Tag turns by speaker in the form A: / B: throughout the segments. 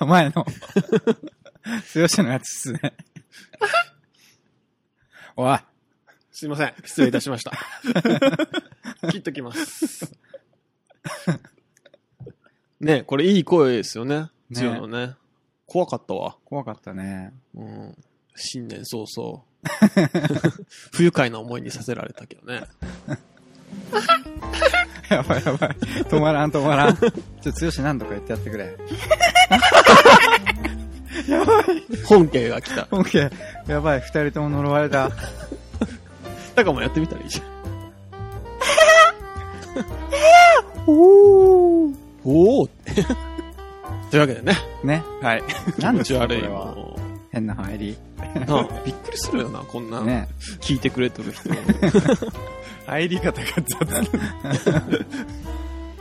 A: 前の、剛のやつっすね。おい、
B: すいません。失礼いたし ました。切っときます。ねこれいい声ですよね。
A: ね
B: 強いのね。怖かったわ。
A: 怖かったね。
B: うん。新年早 々。不愉快な思いにさせられたけどね。
A: やばいやばい。止まらん止まらん。ちょっと剛何とか言ってやってくれ。
B: 本家が来た。
A: オッケー。やばい、二人とも呪われた。
B: だからもうやってみたらいいじゃん。
A: おー。
B: おおというわけでね。
A: ね。
B: はい。
A: なんで
B: 気
A: す
B: 持ち
A: か
B: 悪い
A: これは
B: も
A: 変な入り。
B: うなあびっくりするよな、こんな。
A: ね。
B: 聞いてくれとる人。
C: 入り方が雑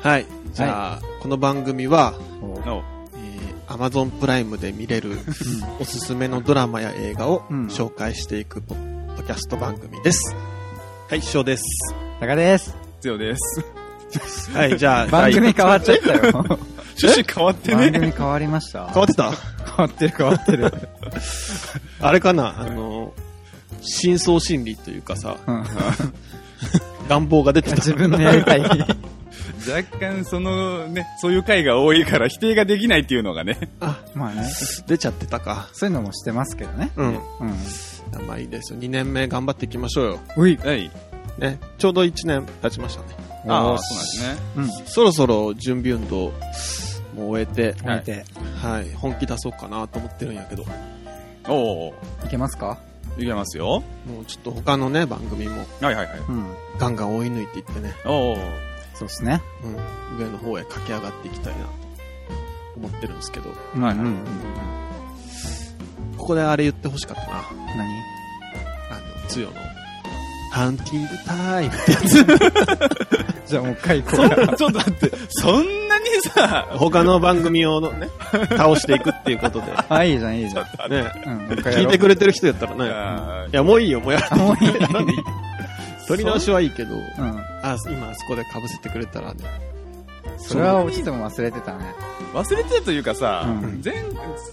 B: はい。じゃあ、この番組は、
A: おう
C: の。
B: えー Amazon プライムで見れるおすすめのドラマや映画を
A: うん
B: 紹介していくポッドキャスト番組です。
C: はい、翔です。
A: タカです。
C: ゼオです。
B: はい、じゃ あ、
A: 番組変わっちゃったよ。
C: 趣旨変わって
A: 番
C: ね。
A: 組変わりました
B: 変わってた
A: 変わってる変わってる。
B: あれかなあの、真相心理というかさ、
A: うん
B: 願望が出てた。
A: 自分のやりたい。
C: 若干そのね、そういう回が多いから否定ができないっていうのがね。
B: あ、
A: まあね。
B: 出ちゃってたか。
A: そういうのもしてますけどね。
B: うん。
A: うん。
B: まあいいですよ。2年目頑張っていきましょうよ。
A: うい。
C: はい。
B: ね。ちょうど1年経ちましたね。
C: あ
A: おー
C: あ、そうなんですね。
A: うん。
B: そろそろ準備運動も終えて、
A: 見て、
B: はい、本気出そうかなと思ってるんやけど、
C: おお
A: いけますか
C: いけますよ。
B: もうちょっと他のね、番組も
C: はいはいはい。
A: うん。
B: ガンガン追い抜いていってね、
C: おお
A: そうですね。
B: うん、上の方へ駆け上がっていきたいなと思ってるんですけど、
A: うん
C: はい
A: うん
C: はい
A: うん。
B: ここであれ言ってほしかったな。
A: 何
B: あの、つよの、ハンティングタイム。
A: じゃあもう一回行
C: そ
A: こ
C: んな、ちょっと待って、そんなに さ、
B: 他の番組をのね、倒していくっていうことで、
A: う。あ、いいじゃん、いいじゃん。
B: ね、
A: うん、もう一回や
B: 聞い
A: ろう
B: てくれてる人やったらね、
C: あ
B: いや、もういいよ、もうやら
A: あ、もういい。
B: 取り直しはいいけど、
A: うん。
B: あ、今あそこで被せてくれたらね、
A: それは落ちても忘れてたね。
C: ー忘れてるというかさ、
A: うん
C: 前、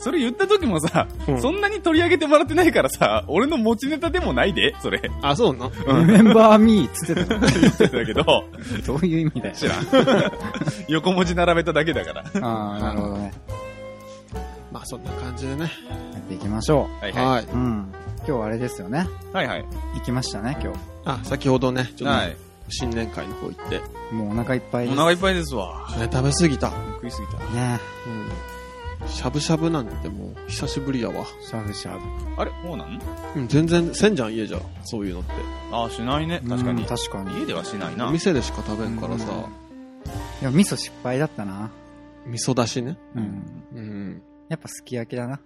C: それ言った時もさ、
B: うん
C: そんなに取り上げてもらってないからさ、俺の持ちネタでもないで、それ。
B: あ、そうな。
C: う
A: メ
C: ん。
A: ンバーミーっつってたの
C: 言ってたけど、
A: どういう意 味だよ。
C: 知らん。横文字並べただけだから。
A: ああ、なるほどね。
B: まあそんな感じでね。
A: やっていきましょ
C: はいは
B: はい。
A: う。うん。今日はあれですよね。
C: い。はいはい。
A: 行きましたね、今日。
B: あ、先ほどね、ちょっと
C: は
B: ね
C: い。
B: 新年会の方行って、ね、
A: もうお腹いっぱい
C: お
A: です。
C: 腹いっぱいですわ。
B: 食べ過ぎた。
C: 食いすぎた。
A: ね
B: うん。しゃぶしゃぶなんてもう久しぶりやわ。
A: え、シャブシャブ。
C: あれもうなん
B: うん、全然せんじゃん、家じゃ。そういうのって。
C: ああ、しないね。確か
A: う
C: に
A: ん。確かに。
C: 家ではしないな。
B: お
C: うん。
B: 店でしか食べんからさ、
A: でも味噌失敗だったな。
B: 味噌だしね。
A: うん。
B: うん。
A: やっぱすき焼きだな。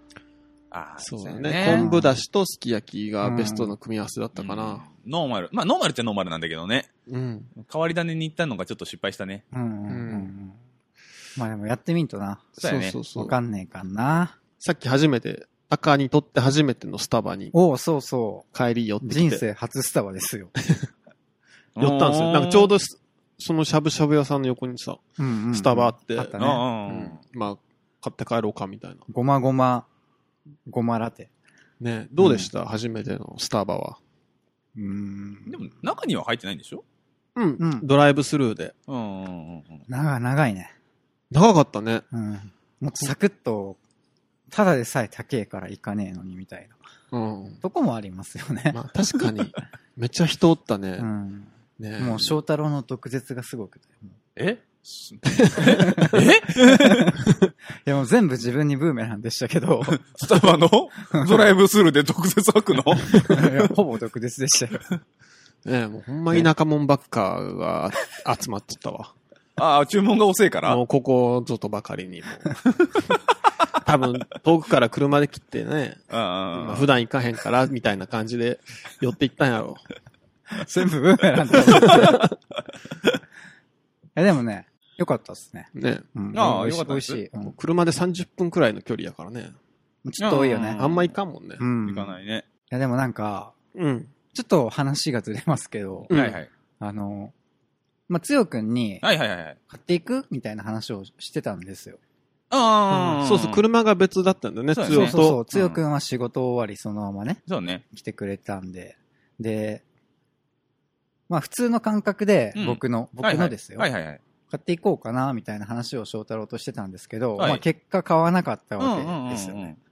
C: ああ、
B: そうだ
C: そう
B: ね。
C: や
B: 昆布だしとすき焼きがベストの組み合わせだったかな。
C: うんノーマル。まあ、ノーマルっちゃノーマルなんだけどね。
B: うん。
C: 変わり種に行ったのがちょっと失敗したね。
A: うんうんうんう。
B: うん
A: まあでもやってみんとな。
C: そうやね
B: そうそ
A: わ
B: う。
A: かんねえかな。
B: さっき初めて、タカにとって初めてのスタバに
A: おお、そうそ
B: 帰り寄っ
A: う。
B: てきて。
A: 人生初スタバです よ。
B: 寄ったんですよ。なんかちょう
C: ど、
B: どす、そのしゃぶしゃぶ屋さんの横にさ、
A: うんうんうん
B: スタバあって
A: あった
C: う
A: ね。
B: うん
C: うん
B: ん。まあ、買って帰ろうかみたいな。
A: ごまごま、ごまラテ。
B: ね、どうでした、初めてのスタバは。
A: うーん。
C: でも、中には入ってないんでしょ
B: うん、
A: うん
B: ドライブスルーで。
C: うんうんうんうん。
A: 長い、長いね。
B: 長かったね。
A: うん。もっとサクッと、ただでさえ高えから行かねえのにみたいな。
B: うん。
A: とこもありますよね。
B: まあ、確かに、めっちゃ人おったね。
A: うん。
B: ね
A: もう翔太郎の毒舌がすごくて。もう
C: え
A: いやもう全部自分にブーメランでしたけ ど、
C: スタバのドライブスルーで特設吐 くの
A: いやほぼ毒舌でしたよ。
B: ねもうほんま田舎もんばっかがあ集まっちゃったわ。
C: ああ、注文が遅いから。
B: もうここぞとばかりにもう。多分、遠くから車で来てね、
C: う
B: ま
C: んうんう
B: あ
C: ん
B: 普段行かへんから、みたいな感じで寄って行ったんやろ。
A: 全部ブーメラン だった。いやでもね、よかったっすね。
B: ね
A: うん、
C: ああ
A: 美味しい
C: よかったっす
A: 美味しい、うん
B: 車で30分くらいの距離やからね。
A: ちょっと多いよね
C: う。
B: あんま行かんもんね
A: う。ん。
C: 行か
A: い。
C: ないね。
A: やでもなんか、
B: うん。
A: ちょっと話がずれますけど、
B: うん
C: はいはい。
A: あの、まあ、つよくんに、
C: はいはいはいはい。
A: 買っていくみたいな話をしてたんですよ。
C: ああ、
B: そうそう、車が別だったんだよね、
C: そうだ
B: 通
A: そう
C: ね
B: 用
A: そうそ
B: と。
A: う。つよくんは仕事終わり、そのままね、
C: そうね。
A: 来てくれたんで。で、まあ普通の感覚で
C: うん
A: 僕の、僕のですよ、
C: はいはいはい。
A: 買っていこうかな、みたいな話を翔太郎としてたんですけど、
C: はい
A: まあ結果買わなかった
C: うんうんうん
A: わ
C: うん
A: けですよね。っ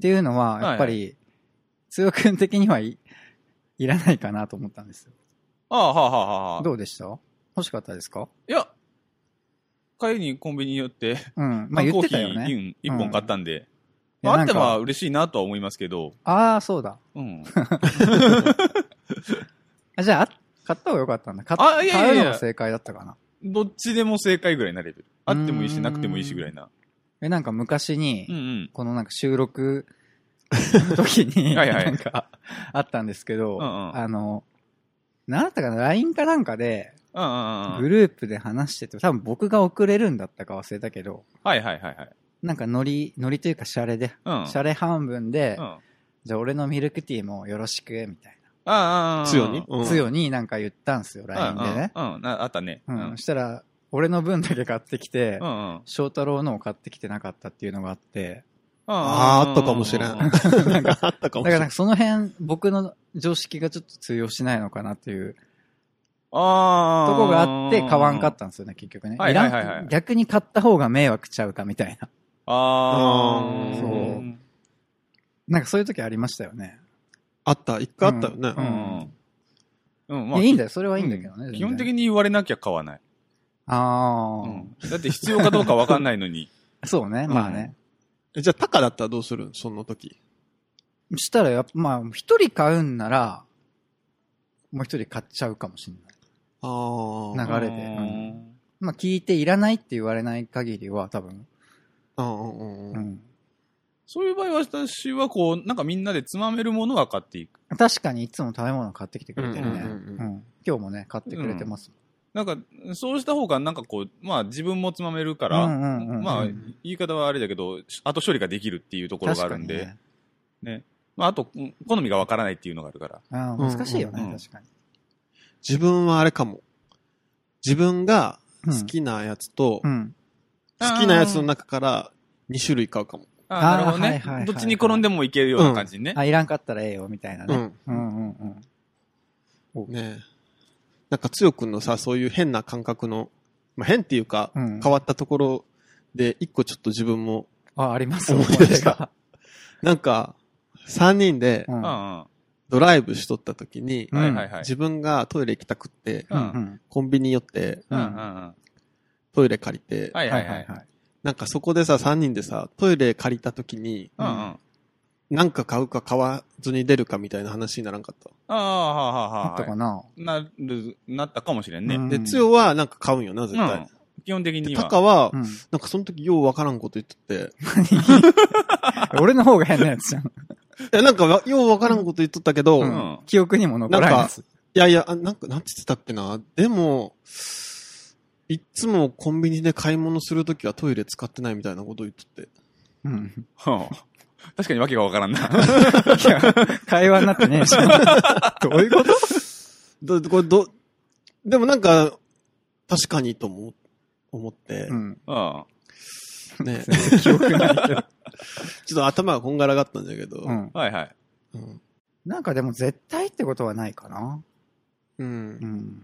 A: ていうのは、やっぱり、つよくん的にはい、いらないかなと思ったんですよ。
C: ああ、はあはあはあはあ。
A: どうでした欲しかったですか
C: いや、帰りにコンビニに寄って、
A: うん。 まあ言ってたよ
C: 缶コーヒー
A: ね。
C: うん一本買ったんで、
A: いや
C: まああっ
A: な
C: て
A: んか
C: まあ嬉しいなとは思いますけど、
A: ああ、そうだ。
C: うん。
A: あじゃあ、買った方が良かったんだ。買っ
C: あいやいやい
A: 買
C: や
A: うのが正解だったかな。
C: どっちでも正解ぐらいなレベル。あってもいいう
A: ー
C: し、
A: ん
C: なくてもいいしぐらいな。
A: え、なんか昔に、
C: うんうん。
A: このなんか収 録の時に、
C: はいはい
A: なんかあったんですけど、
C: うんうん
A: あの、なんだったかな ?LINE かなんかで、
C: うんうんうんう
A: グ
C: ん。
A: ループで話してて、多分僕が遅れるんだったか忘れたけど、
C: はいはいはいはい。
A: なんかノリ、ノリというかシャレで、
C: うん。うん。
A: シャレ半分で、
C: あ
A: じゃあ俺のミルクティーもよろしく、みたい
C: あ、ああ。
B: つよに。
A: な。
B: うん
A: つよになんか言ったんすよ、
C: う
A: LINE
C: ん。
A: でね。
C: うん。うんああったね。
A: う。
C: うんん
A: そ。したら、俺の分だけ買ってきて、
C: うんうん。
A: 翔太郎のを買ってきてなかったっていうのがあって、
B: ああ、あったかもしれん。
C: う
B: あ
C: ん
B: っ たか
A: だ
B: も
A: か
B: し
A: ら
B: れ
A: なん
B: ん
A: か。その辺、僕の常識がちょっと通用しないのかなっていう
C: ああ。
A: とこがあって、買わんかったんですよね、結局ね。
C: はいはいはいはい
A: らん逆に買った方が迷惑ちゃうかみたいな。
C: ああ。
A: そうなんかそういう時ありましたよね。
B: あった、一回あったよね。
A: う
C: うんん。うん。
A: いやいいん
C: だ
A: だよ、それはいいんだけどね。
C: 基本的
A: に。
C: に言われなきゃ買わない。
A: ああ、
C: うん。だって必要かどうかわかんないのに。
A: そうね、まあね。
B: えじゃあ、タカだったらどうするその時。
A: したらやっぱ、まあ、一人買うんなら、もう一人買っちゃうかもしれない。
B: ああ。
A: なんか 流れで
C: うん
A: まあ、聞いていらないって言われない限りは、多分。
B: うんうんう。
A: うんん。
C: そういう場合は私はこう、なんかみんなでつまめるものは買っていく。
A: 確かにいつも食べ物買ってきてくれてるね。
B: う
A: うんん
B: うんうんうん
A: 今日もね、買ってくれてます。
C: なんか、そうした方がなんかこう、まあ自分もつまめるから、
A: うんうんうんうん
C: まあ言い方はあれだけど、後処理ができるっていうところがあるんで、
A: 確か
C: まああと、うん好みがわからないっていうのがあるから。
A: にね。うん、難しいよね、
C: うんうん
A: 確かに。
B: 自分はあれかも。自分が
A: うん
B: 好きなやつと
A: う、ん。
B: 好きなやつの中から2種類買うかも。
C: あ
A: あ
C: あ、
A: ー
C: なるほど
A: はいはい
C: ね
A: はいは。い
C: どっちに転んでもいけるような感じにね。
A: あ、いらんかったらええよ、みたいな
B: う
A: ね。
B: ん。
A: うん、うん、うん。
B: ねえ。なんか、つよくんのさ、そういう変な感覚の、まあ、変っていうか、
A: うん
B: 変わったところで、一個ちょっと自分も、
A: あ、あります
B: 思い出した。なんか、3人で
A: 思い出
C: うんう
A: が
C: ん。
B: ドライブしとった時に、
A: うん
C: はいはいはい。
B: 自分がトイレ行きたくって、
A: うん。
C: う
A: うんん。
B: コンビニ寄って、
C: うんうんう
A: うん
C: ん。
B: トイレ借りて、
C: はいはいはい。
A: はい。
B: なんかそこでさ、3人でさ、トイレ借りた時に、
C: うんうん。あ
B: なんか買うか買わずに出るかみたいな話にならんかった。
C: あ、はあは
A: あ
C: あ
A: っ
C: は
A: た
C: あは
A: かな、
C: い。なる、なったかもしれんね。
A: うん
B: で、つよはなんか買うんよな、絶
C: うん
B: 対。。
C: 基本的
B: で、
C: に
B: タ
C: は。
B: カは
A: う、ん。
B: なんかその時ようわからんこと言ってて、
A: 俺の方が変なやつじゃん。
B: いや、なんかわようわからんこと言っとったけど、
A: う
B: い
A: ん。記憶にも残らんやつ。
B: やいや、あなんか、なんて言ってたっけな。でも、いっつもコンビニで買い物するときはトイレ使ってないみたいなこと言っとって。
A: うん。
C: はあ確かにわけがわからんな。
A: いや、会話になってねえし。どういうこと
B: ど、これど、でもなんか、確かにと思、思って、
A: うん。
C: うん。
B: ね、
A: 記憶ないけど。
B: ちょっと頭がこんがらがったんだけど、
A: うん。
C: はいはい。
B: うん。
A: なんかでも絶対ってことはないかな。
B: うん
A: う。ん。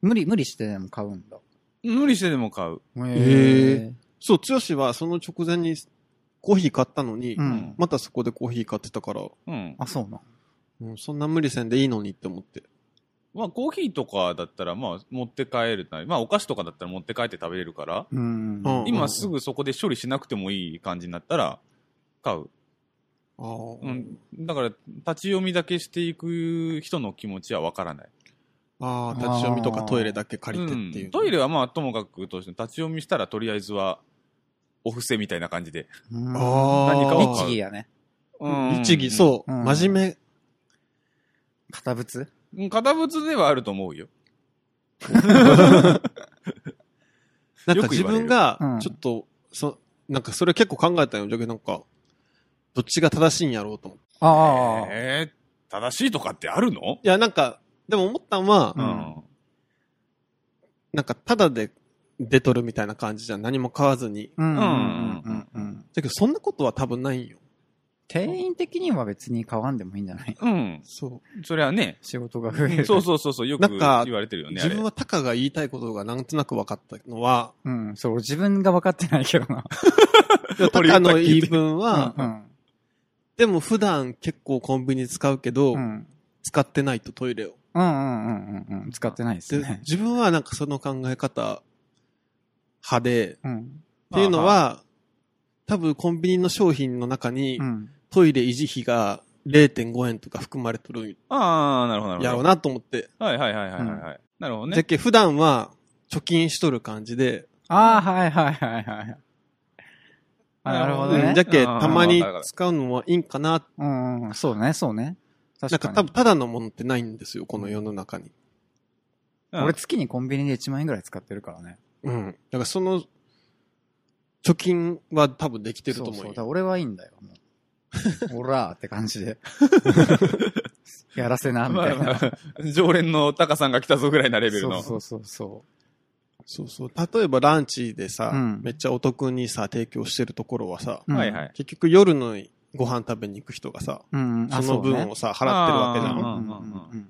A: 無理、無理してでも買うんだ。
C: 無理してでも買う。
A: へ
B: へそう、剛はその直前にコーヒー買ったのに、
A: うん。
B: またそこでコーヒー買ってたから、
C: うん。
A: あ、そうな。
B: うんそんな無理せんでいいのにって思って。
C: まあ、コーヒーとかだったら、まあ、持って帰るなり、まあ、お菓子とかだったら持って帰って食べれるから、
A: うん。
B: うん
C: 今すぐそこで処理しなくてもいい感じになったら、買う。
B: ああ、
C: うん。だから、立ち読みだけしていく人の気持ちはわからない。
B: ああ、立ち読みとかトイレだけ借りてっていう。
C: うんトイレはまあ、ともかくとして、立ち読みしたらとりあえずは、お布施みたいな感じで。
A: うん
B: ああ、
C: 何かを
A: 律儀やね。
C: うん
B: 律儀、そう、
A: うん
B: 真面
A: 堅物
C: うん。堅物ではあると思うよ。
B: 目。なん
C: よ
B: か
C: く
B: 自
C: 言われる
B: 分が
A: う、ん
B: ちょっと、そ、なんかそれ結構考えたよ。じゃけどなんか、どっちが正しいんやろうと思って。
A: ああ。
C: えー、正しいとかってあるの
B: いや、なんか、でも思ったんは、
A: うん
C: うん。
B: なんか、ただで出とるみたいな感じじゃん。何も買わずに。
A: うんうんうんうんうん。
B: だけど、そんなことは多分ないんよ。
A: 店員的には別に買わんでもいいんじゃない
C: うん。
B: そ
C: それはね。
A: 仕事が増える。
C: そうそうそうそう、よ
B: な
C: く
B: ん
C: 言
B: か
C: われてる
B: う。
C: よね。あ
B: 自
C: れ
B: 分はタカが言いたいことがなんとなく分かったのは、
A: うん。そう、自分が分かってないけどな。
B: タ
C: 俺
B: カの言い分は、
A: うん
B: でも普段結構コンビニ使うけど、
A: うん。うん。
B: 使ってないとトイレを。
A: うんうんうんうんうん。使ってないです
B: で
A: ね。
B: 自分はなんかその考え方派で、
A: うん。
B: っていうの、は、多分コンビニの商品の中に
A: うん。
B: トイレ維持費が0.5円とか含まれとるん
C: ああああ、なるほど、なるほど。
B: やろうなと思って。
C: はいはいはいはいはいはい。なるほど
B: じゃっ
C: ね。
B: け普段は貯金しとる感じで、
A: ああ、はいはいはいはい。あなるほど
C: う
A: ね
B: うん。じゃっけ
C: あー
B: たまに
C: わかるわかる
B: 使うのはいいんかな。
A: うんうんうん。そうね、そうね。
B: なん
A: 確か
B: か
A: に。
B: 多分ただのものってないんですよ、この世の中に。
C: うん
A: 俺月にコンビニで1万円ぐらい使ってるからね。
B: うん。だからその、貯金は多分できてると思
A: そう
B: う
A: そう。
B: よ
A: だから俺はいいんだよ。もうオラーって感じで。やらせな、み
C: ま
A: た
C: あ
A: いな。
C: まあ、常連のタカさんが来たぞぐらいなレベルの。
A: そうそうそうそ
B: そうそう。例えばランチでさ、
A: うん
B: めっちゃお得にさ、提供してるところはさ、
A: う。うん
C: はいはい。
B: 結局夜のご飯食べに行く人がさ、
A: うん。
B: その分をさ、払ってるわけじゃ
C: あー
B: ん。
A: うんうん
C: うんうん
A: うんうん。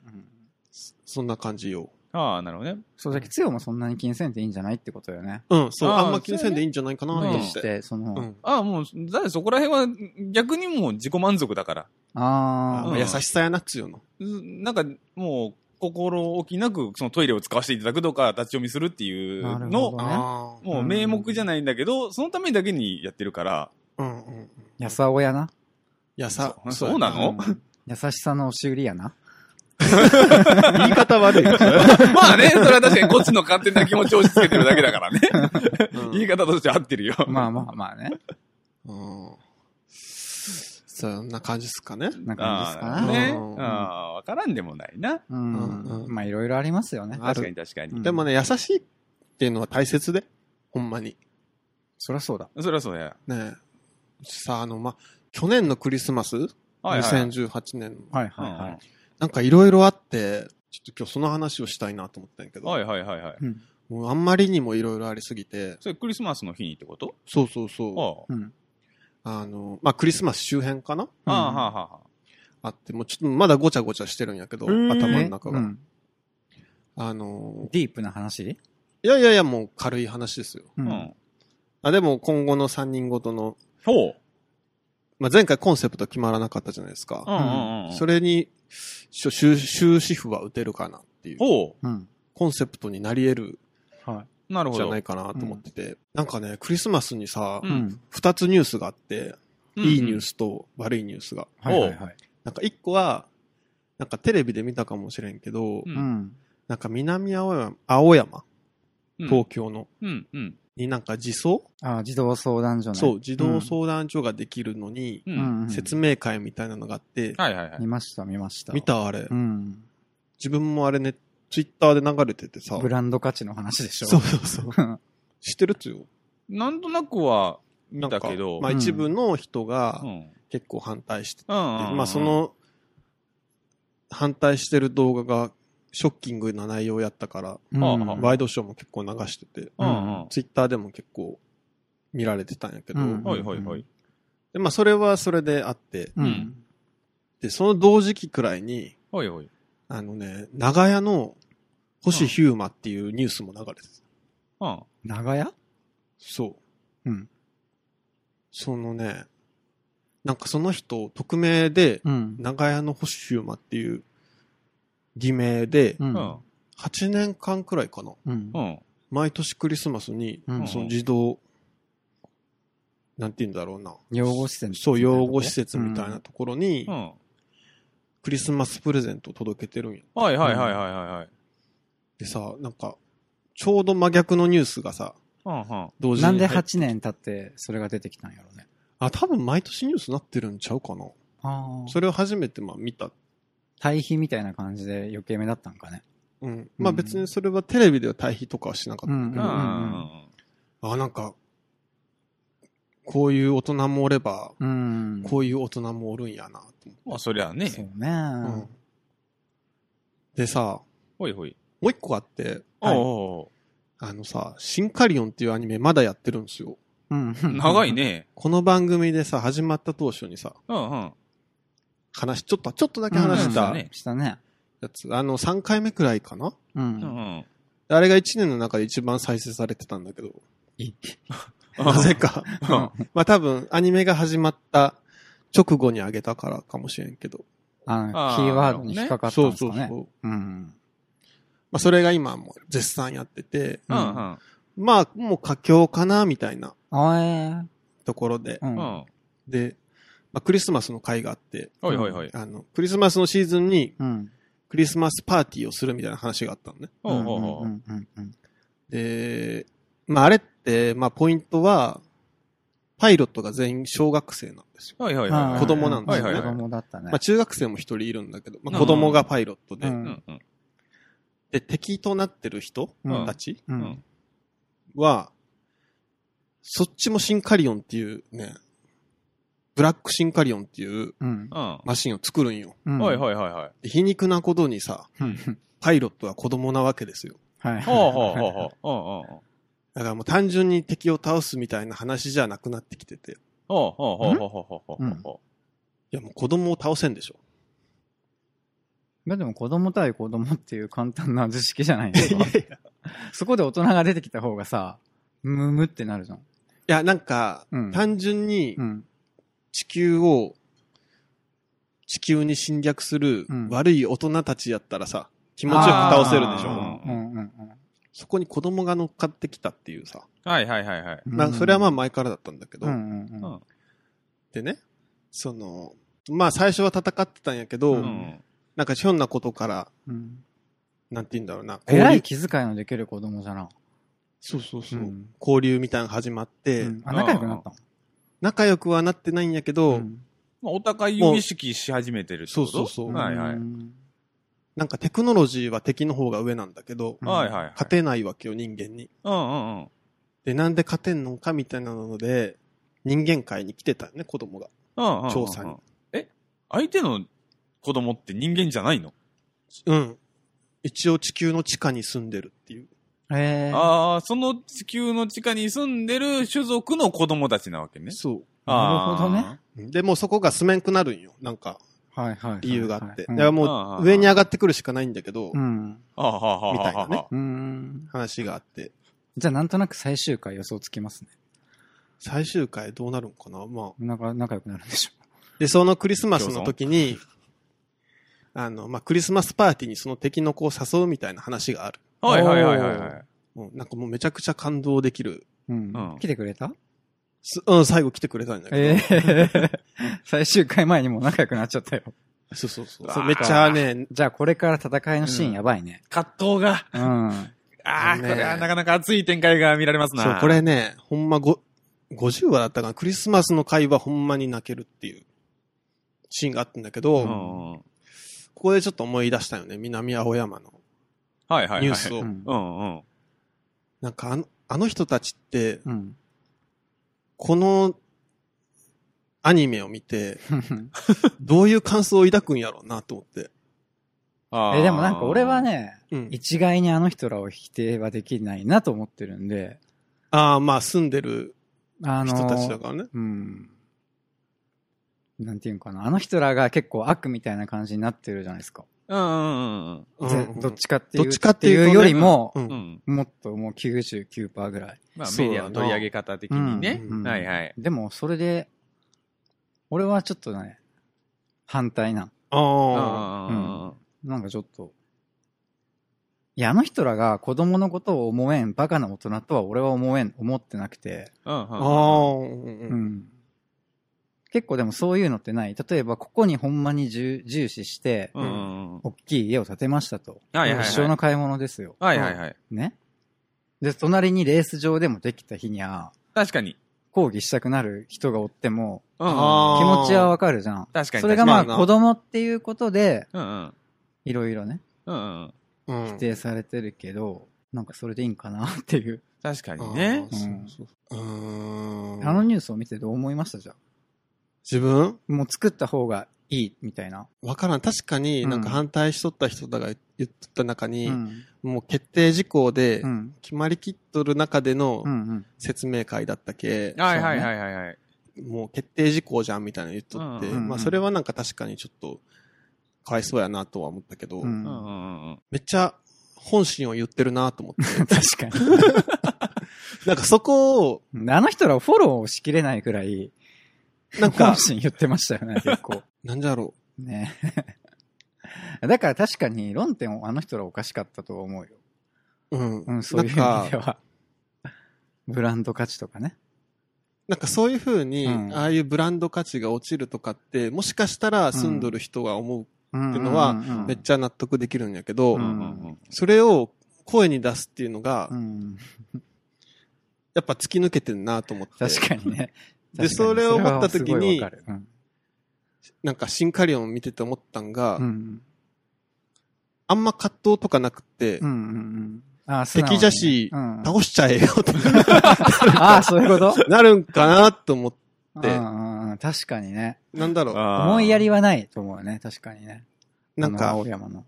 B: そんな感じよ。
C: ああ、なるほどね。
A: そうだけど、つよもそんなに気にせんでいいんじゃないってことよね。
B: うん、そう。
C: あー
B: あんま気にせんでいいんじゃないかな
A: 無
C: ん
B: と
A: 理
B: 思っ。
A: してて、その、
B: う
A: あ
B: ん。
C: ああ、もう、だってそこら辺は逆にもう自己満足だから。
A: あ
B: あ
A: ー、
B: まあ
C: うん
B: 優しさやなっつよの。
C: うんなんか、もう、心置きなく、そのトイレを使わせていただくとか、立ち読みするっていう
A: なる
C: の
A: ほど、ね
B: あ
C: もう名目じゃないんだけど、そのためだけにやってるから、
B: あ。うんうん。
A: やさおやな。
B: 優さ
C: そ。そうなの
A: うん優しさの押し売りやな。
B: 言い方悪いよ。
C: まあね、それは確かにこっちの勝手な気持ちを押し付けてるだけだからね。
B: うん
C: 言い方として合ってるよ。
A: まあまあまあね。
B: うん。そんな感じっすかね。
A: なんか
C: あ
A: いい
C: あ
A: ですかね。
C: ね。
B: うん
C: ああ、わからんでもないな。
A: う
B: うん
A: ん。まあいろいろありますよね。
B: ある
C: 確かに確かに。
B: でもね、優しいっていうのは大切で。ほんまに。
A: そりゃそうだ。
C: そりゃそうや。
B: ねえさあ、あの、ま、去年のクリスマス
C: はいはい。
B: ?2018 年の。
A: はいはいはい。
B: なんかいろいろあって、ちょっと今日その話をしたいなと思ったんやけど、
C: はいはいはいはい。
A: うん。
B: もうあんまりにもいろいろありすぎて、
C: それクリスマスの日にってこと
B: そうそうそう、
C: あ
A: うん。
B: あの、まあ、クリスマス周辺かな
C: あ、ああ、はあはあは
B: あって、もうちょっとまだごちゃごちゃしてるんやけど、
C: へー
B: 頭の
A: え
B: 中
A: う
B: が。
A: ん
B: あの、
A: ディープな話
B: いやいやいや、もう軽い話ですよ。
A: う。
C: あ。うんん。
B: あでも今後の3人ごとの、
C: ほう。
B: まあ、前回コンセプト決まらなかったじゃないです
C: う
B: か。
C: んうんうん。
B: それに、しょ終終止符は打てるかなっていう、
C: ほ
A: うん。
B: コンセプトになり得る
A: は
C: う。なるほ
B: じゃ
C: ど。
B: ないかなと思ってて、なんかね、クリスマスにさ
C: う
A: い。、
C: ん
A: うん。
B: 二つニュースがあって、
C: うん
B: いいニュー。スと悪いニュースが。
A: はいはいはい。
B: なんか一個は、なんかテレビで見たかもしれんけど、
C: う
A: うんん。
B: なんか南青山、青山、
C: うん
B: 東京の、
C: うんうん。
B: になんか児相、
A: あー、児童相談所ね。
B: そう、児童相談所ができるのに、
C: う。
A: うんん。うん。
B: 説明会みたいなのがあって、
C: はいはいはい
A: 見。ました見ました。
B: 見たあれ、
A: うん。
B: 自分もあれね、ツイッターで流れててさ、
A: ブランド価値の話でしょ。
B: そうそうそ う。
A: うん。
B: 知ってるっつよ。
C: なんとなくは
B: な
C: 見
B: んか
C: たけど。
B: まあ
A: うん
B: 一部の人が
C: うん。うん
B: 結構反対してて、
C: うんうん。
B: まあそ、の、反対してる動画がショッキングな内容やったから、
A: うん
C: ああ
B: ワイドショーも結構流してて、
C: うんうん。
B: ツイッターでも結構見られてたんやけど、
A: うん
C: はいはいはい。
B: でまあ、それはそれであって、
A: うん。
B: で、その同時期くらいに、
C: はいはい。
B: あのね、長屋の星ヒューマっていうニュースも流れてた。
C: うん。
A: 長屋
B: そう。
A: うん。
B: そのね、なんかその人、匿名で、
A: うん。
B: 長屋の星ヒューマっていう偽名で、
A: う
C: うんん。
B: 8年間くらいかな。
A: うん
C: う。ん。
B: 毎年クリスマスに、
A: うん
B: その児童、なんて言うんだろうな。
A: 養護施設みたいなとこ。
B: そう、養護施設みたいなところに
C: う、ん。
B: クリスマスプレゼントを届けてるんや。
C: はいはいはいはいはいはい。
B: でさ、なんか、ちょうど真逆のニュースがさ、
C: うんうん。
B: 同
A: うん。
B: 時に。
A: なんで8年経ってそれが出てきたんやろうね。
B: あ、多分毎年ニュースなってるんちゃうかな。
A: ああ。
B: それを初めてまあ見た。
A: 対比みたいな感じで余計目だったんかね。
B: うん。まあ別にそれはテレビでは対比とかはしなかったけ
C: う
B: ど、
A: うんうん
C: ん。
B: あ、なんか、こういう大人もおれば、
A: うん。
B: こういう大人もおるんやな、と思
C: まあそりゃ
A: そう
C: ね。
A: ね。
B: ってうん。でさ、
C: ほいほい。
B: もう一個あって、
C: おうおうおう。
B: あのさ、シンカリオンっていうアニメまだやってるんですよ。
A: うん。
C: 長い。ね。
B: この番組でさ、始まった当初にさ、
C: うんうん。
B: 話、ちょっと、ちょっとだけ話し
C: うん
B: た
C: ね
A: したね。
B: やつ、あの、3回目くらいかな
A: う。
C: うんん
B: あれが1年の中で一番再生されてたんだけど、
A: い
C: うん。
B: なぜか。
C: うん
B: まあ多分、アニメが始まった直後に上げたからかもしれんけど。
A: あの、
C: あー
A: キーワードに引っかかったん
B: そ
A: で
B: う
A: す
B: そ
A: か
B: う
A: ね。
B: そう。
A: うん。
B: まあそれが今もう絶賛やってて、
A: う
C: う
A: んん
C: うん。
B: まあもう佳境かな、みたいな
A: あえ
B: ところで。
A: ー。う。
C: うんん。
B: で、まあクリスマスの会があって、
C: はいはいはい。
B: あの、クリスマスのシーズンに
A: うん。
B: クリスマスパーティーをするみたいな話があったのね。
C: ほうほうほ
A: う
C: うん
A: うんうん
B: で、まああれって、まあポイントは、パイロットが全員小学生なんですよ。
C: はいは
A: う
C: い
A: ん
C: は
A: あ
C: い。
A: ー
B: 子供なんですよね
A: う子供だったね
B: まあ。中学生も一人いるんだけど、まあ
C: うん
B: 子供がパイロットで、
A: うん
C: うんうん
B: で、敵となってる人
A: うん
B: たち
A: う
C: うんん。
B: は、そっちもシンカリオンっていうね、ブラックシンカリオンっていう
A: うん。
C: うん。
B: マシンを作るんよ。
A: うん
C: はいはいはいはい。
B: で皮肉なことにさ、
A: うん
B: パイロットは子供なわけですよ。
A: はい。
C: ほうほうほうほう。うんうんうん。
B: だからもう単純に敵を倒すみたいな話じゃなくなってきてて、い
C: ほうほうほうほうほうほうほ
B: やもう子供を倒せんでしょ。
A: いやでも子供対子供っていう簡単な図式じゃないですか。
B: い
A: そこで大人が出てきた方がさ、むむってなるじゃん。
B: や、なんか、
A: うん
B: 単純に
A: うん。
B: 地球を、地球に侵略する
A: うん
B: 悪い大人たちやったらさ、気持ちよく倒せるでし
C: あ
B: ょ。
C: ー
A: うんうんうん
B: そこに子供が乗っかってきたっていうさ。
C: う。はいはいはいはい。
A: うん。
B: まあ、それはまあ前からだったんだけど、
A: うんうんうん。
B: でね、その、まあ最初は戦ってたんやけど、
A: う
C: うん。
B: なんかひょんなことから、
A: うん
B: なんて言うんだろうな、
A: えら
B: 交
A: い
B: 流、
A: 気遣いのできる子供じゃな。
B: そうそうそう、
A: うん
B: 交流みたいなの始まって、
A: うんあ、仲良くなったの
B: 仲良くはなってないんやけど、
A: うん
C: まあお互いを意識し始めてるってこと
B: そうそうそう
C: はいはい。
A: うん
B: なんかテクノロジーは敵の方が上なんだけど、
A: うん
C: はいはいはい。
B: 勝てないわけよ、人間に。
C: うんうんうん。
B: で、なんで勝てんのかみたいなので、人間界に来てたよね、子供が。
C: うんうんうん。
B: 調査に。
C: え相手の子供って人間じゃないの
B: うん。一応地球の地下に住んでるっていう。
A: えー。
C: ああ、その地球の地下に住んでる種族の子供たちなわけね。
B: そ
A: なるほどね。
B: う。で、もうそこが住めんくなるんよ。なんか、
A: はいはいはい。
B: 理由があって。
A: う
B: だ
A: ん
B: から
C: あああ
B: も
C: あ
B: う、上に上がってくるしかないんだけど
A: う、ん。
C: あーはあはあはあはあ。
B: みたいなね
A: うん。
B: 話があって。
A: じゃあなんとなく最終回予想つきますね。
B: 最終回どうなるんかなまあ。
A: なんか仲良くなるんでしょ。
B: で、そのクリスマスの時に、 あの、まあ、クリスマスパーティーにその敵の子を誘うみたいな話がある。
C: はいはいはいはいはい。
B: もうなんかもうめちゃくちゃ感動できる。
A: うん
C: うん。
A: 来てくれた
B: すうん、最後来てくれたんだけど。
A: ええ最終回前にもう仲良くなっちゃったよ。
B: そうそうそう
C: う。わー
B: そうめっちゃね、
A: じゃあこれから戦いのシーンやばいね。
C: 葛藤が、
A: うん。
C: あ
B: あ
C: あ、
B: の
C: こ
B: ね
C: れはなかなか熱い展開が見られますな。
B: そう、これね、ほんまご、50話だったかな。クリスマスの会はほんまに泣けるっていうシーンがあったんだけど、
C: うん
B: こ
C: うんうん。
B: こでちょっと思い出したよね。南青山の
C: はいはいはい。
B: ニュースを。
A: うん
C: うんうん。
B: なんかあの、あの人たちって、
A: うん。
B: このアニメを見て、どういう感想を抱くんやろうなと思って。
C: あー
A: え、でもなんか俺は、ね、
B: うん。
A: 一概にあの人らを否定はできないなと思ってるんで、
B: ああ、まあ住んでる
A: あ
B: 人たちだ
A: の、
B: からね。
A: うん。なんていうのかな。あの人らが結構悪みたいな感じになってるじゃないですか。
C: うんうんうんうん。
A: ぜ
B: うん
A: どっちかって
B: ど
A: い
B: っ
A: う
B: ちかっていうとね
A: よりも
B: う、ん
C: うん。
A: もっともう99%ぐらい。
C: まあ
B: そう
C: メ
B: だな
C: ディアの取り上げ方的にね。
B: うん
C: はいはい。
A: でもそれで、俺はちょっとね、反対な。
B: ああ。
C: あ
A: なんかちょっと。いや、あの人らが子供のことを思えん、バカな大人とは俺は思えん、思ってなくて。
C: あ。うんうん
B: あ
C: う
B: あ。
C: ん。
B: うんう
A: うんん。結構でもそういうのってない。例えば、ここにほんまに重重視して、
C: うんうんうん。
A: 大きい家を建てましたと。
C: はいはいはい
A: 一生の買い物ですよ。
C: はいはいはい。
A: ね。で、隣にレース場でもできた日にゃ、
C: 確かに。
A: 抗議したくなる人がおっても、
C: うんうん。
B: あー
A: 気持ちはわかるじゃん。
C: 確かに。
A: それがまあ、
C: 確
B: まあな
A: 子供っていうことで、
C: かにうんうん。
A: いろいろね、
C: うんう
B: う
C: ん。
B: ん
A: 否定されてるけど、なんかそれでいいんかなっていう。
C: 確かにね。
B: あー
A: うん
B: そうそううーん
A: あのニュースを見てどう思いましたじゃあ
B: 自分
A: もう作った方がいいみたいな。
B: わからん。確かになんか反対しとった人だが言っとった中に、
A: うん。
B: もう決定事項で
A: う、ん。
B: 決まりきっとる中での
A: うんうん。
B: 説明会だったけ、
C: はいはいはいはいはい。
B: もう決定事項じゃんみたいなの言っとって、
C: うんうん
A: うん
B: まあそれはなんか確かにちょっと、かわいそうやなとは思ったけど、
A: うん
C: うんうんうんうん。
B: めっちゃ本心を言ってるなと思って、
A: 確かに。
B: なんかそこを、
A: あの人らをフォローしきれないくらい、
B: なん
A: 本
B: か、
A: 心言ってました よね、結構。
B: なんじゃろ
A: ね だから確かに論点をあの人らおかしかったと思うよ。
B: う。うん。
A: うん、そういう意味で
B: なんか、
A: は。ブランド価値とかね。
B: なんかそういうふうに、
A: うん
B: ああいうブランド価値が落ちるとかって、もしかしたら住んどる人が思
A: う
B: う、
A: ん
B: っていうのは
A: うんうんうん
B: めっちゃ納得できるんやけど、
A: う
C: うん
A: ん
C: うん
B: それを声に出すっていうのが、
A: うん、
B: やっぱ突き抜けてんなと思って。
A: 確かにね。
B: で
A: 確かに
B: それを思った
A: それ
B: 時に
A: はすごいわかるうん
B: なんかシンカリオン見てて思ったんが、
A: うん
B: あんま葛藤とかなくて、
A: うんうんうんあー素直にね
B: 敵じゃし、
A: うん
B: 倒しちゃえよとか
A: ああ、そういうこと
B: なるんかなと思っ
A: うん
B: て
A: うんうん確かにね。
B: なんだろ
C: あー
A: 思いやりはないと思うね、確かにね。
B: う。なん
A: あの
B: か
A: 青、山の。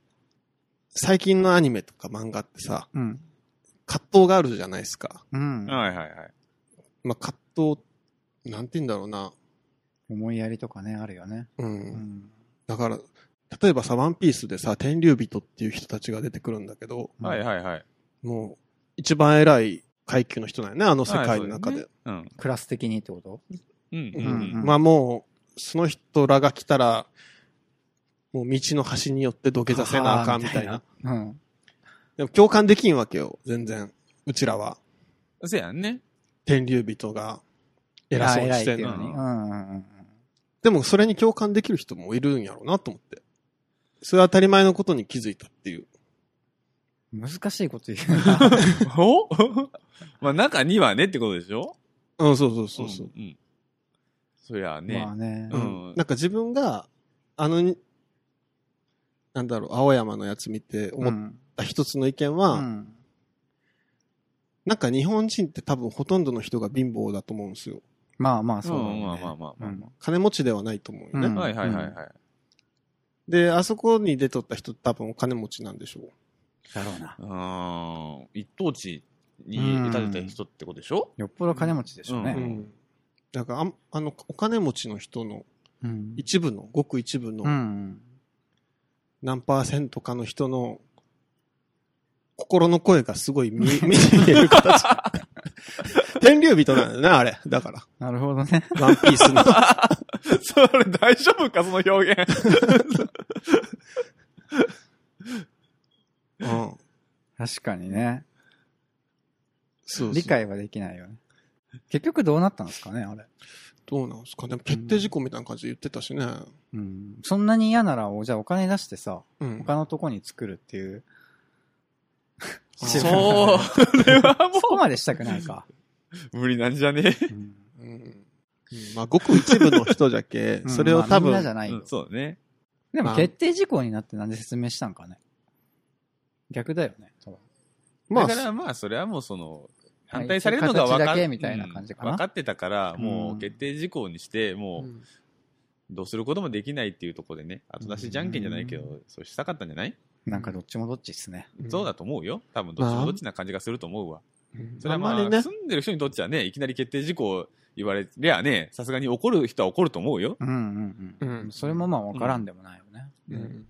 B: 最近のアニメとか漫画ってさ、
A: うん。
B: 葛藤があるじゃないですか。
A: うん。
C: はいはいはい。
B: まあ葛藤、なんて言うんだろうな。
A: 思いやりとかね、あるよね。う
B: う。
A: んん。
B: だから、例えばさ、ワンピースでさ、天竜人っていう人たちが出てくるんだけど、
C: はいはいはい。
B: もう、一番偉い階級の人なんやね、あの世界の中
C: は
B: で
C: い。。そうね
A: クラス的にってこと
C: うん。うんう
B: うん
C: うんん。
B: まあもう、その人らが来たら、もう道の端によって土下座せなあかんみたいな。。
A: うん。
B: でも共感できんわけよ、全然。うちらは。
C: せやんね。
B: 天竜人が偉そうにしてん
A: る
B: の
A: の
B: に。
A: に。うんうんうん。
B: でもそれに共感できる人もいるんやろうなと思って。それは当たり前のことに気づいたっていう。
A: 難しいこと言う な。
C: おまあ中にはねってことでしょ
B: うん、そうそうそうそう。
C: んんそりゃあね。
A: まあね
C: う
B: うんん。
C: うん
B: なんか自分が、あのに、なんだろう、青山のやつ見て思っ
A: ん
B: た一つの意見は、
A: うん
B: なんか日本人って多分ほとんどの人が貧乏だと思うんですよ。
A: まあまあ、そうだよね。
C: まあまあまあまあま
B: 金持ちではないと思うよね。
A: うん
C: はいはいはいはい。
B: で、あそこに出とった人多分お金持ちなんでしょう。
A: だろうな。
C: うーん。一等地に至てた人ってことでしょ
A: よっぽど金持ちでしょう
C: う
B: う
A: ね。
B: ん。だからあん、あの、お金持ちの人の
A: うん
B: 一部の、ごく一部
A: う
B: の
A: ん。
B: 何パーセントかの人の心の声がすごい見、見え る形。天竜人なんだよね、あれ。だから。
A: なるほどね。
B: ワンピースの。
C: それ大丈夫かその表現。
B: うん。
A: 確かにね。
B: そうそう
A: 理。解はできないよね。結局どうなったんですかね、あれ。
B: どうなんですかね。でも決定事項みたいな感じで言ってたしね。
A: うん。そんなに嫌なら、おじゃあお金出してさ、
B: うん。
A: 他のとこに作るっていう。
B: あ
A: 知らない
C: そう。それは
A: そこ
C: も
A: までしたくないか。
C: う、無理なんじゃね
A: うん、
B: うんうんまあ、ごく一部の人じゃけ
A: うん
B: それを多分、
A: まあみんなじゃないよ
C: うんそうだね。
A: でも
B: まあ
A: 決定事項になってなんで説明したんかね。逆だよね。多分
B: まあ、
C: だからまあ、それはもうその、反対されるのが
A: はい
C: 分
A: 一応
C: か
A: 形だけ
C: っ
A: みたいな感じかな
C: うん分かってたから、もうんう決定事項にして、も
B: う
C: うんどうすることもできないっていうところでね、後出しじゃんけんじゃないけ
A: うん
C: ど、そうしたかったんじゃない
A: なんかどっちもどっちっすね。
B: うん
C: そうだと思うよ。多分、どっち
B: ま
C: も
B: あ
C: どっちな感じがすると思うわ。
B: うん
C: それ
B: あ
C: は
B: ん
C: ま
B: ま
C: あ、
B: りね、
C: 住んでる人にとってはね、いきなり決定事項言われりゃあね、さすがに怒る人は怒ると思うよ。
A: うんうんうん。
B: うん
A: それもまあ分からんでもないよね。
B: うん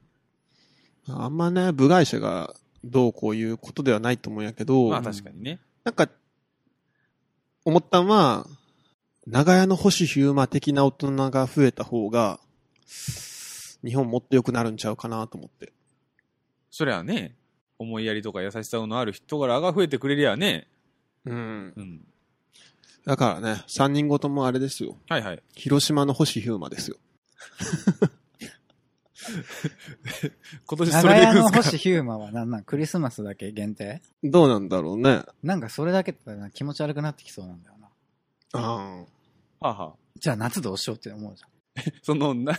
B: あんまね、部外者がどうこういうことではないと思うんやけど、
C: まあ
A: うん
C: 確かにね。
B: なんか、思ったんは、長屋の星ヒューマ的な大人が増えた方が、日本もっと良くなるんちゃうかなと思って。
C: そりゃあね、思いやりとか優しさのある人柄が増えてくれりゃあね、
B: うん。
C: うん。
B: だからね、三人ごともあれですよ。
C: はいはい。
B: 広島の星ヒューマですよ。
C: 今年そ
A: 長
C: れでい
A: 屋
C: くん
A: の
C: すか
A: 星ヒューマはなんなんクリスマスだけ限定
B: どうなんだろうね。
A: なんかそれだけだったら気持ち悪くなってきそうなんだよな。
B: ああ。
C: はあはあ
A: じゃあ夏どうしようって思うじゃん。
C: その、な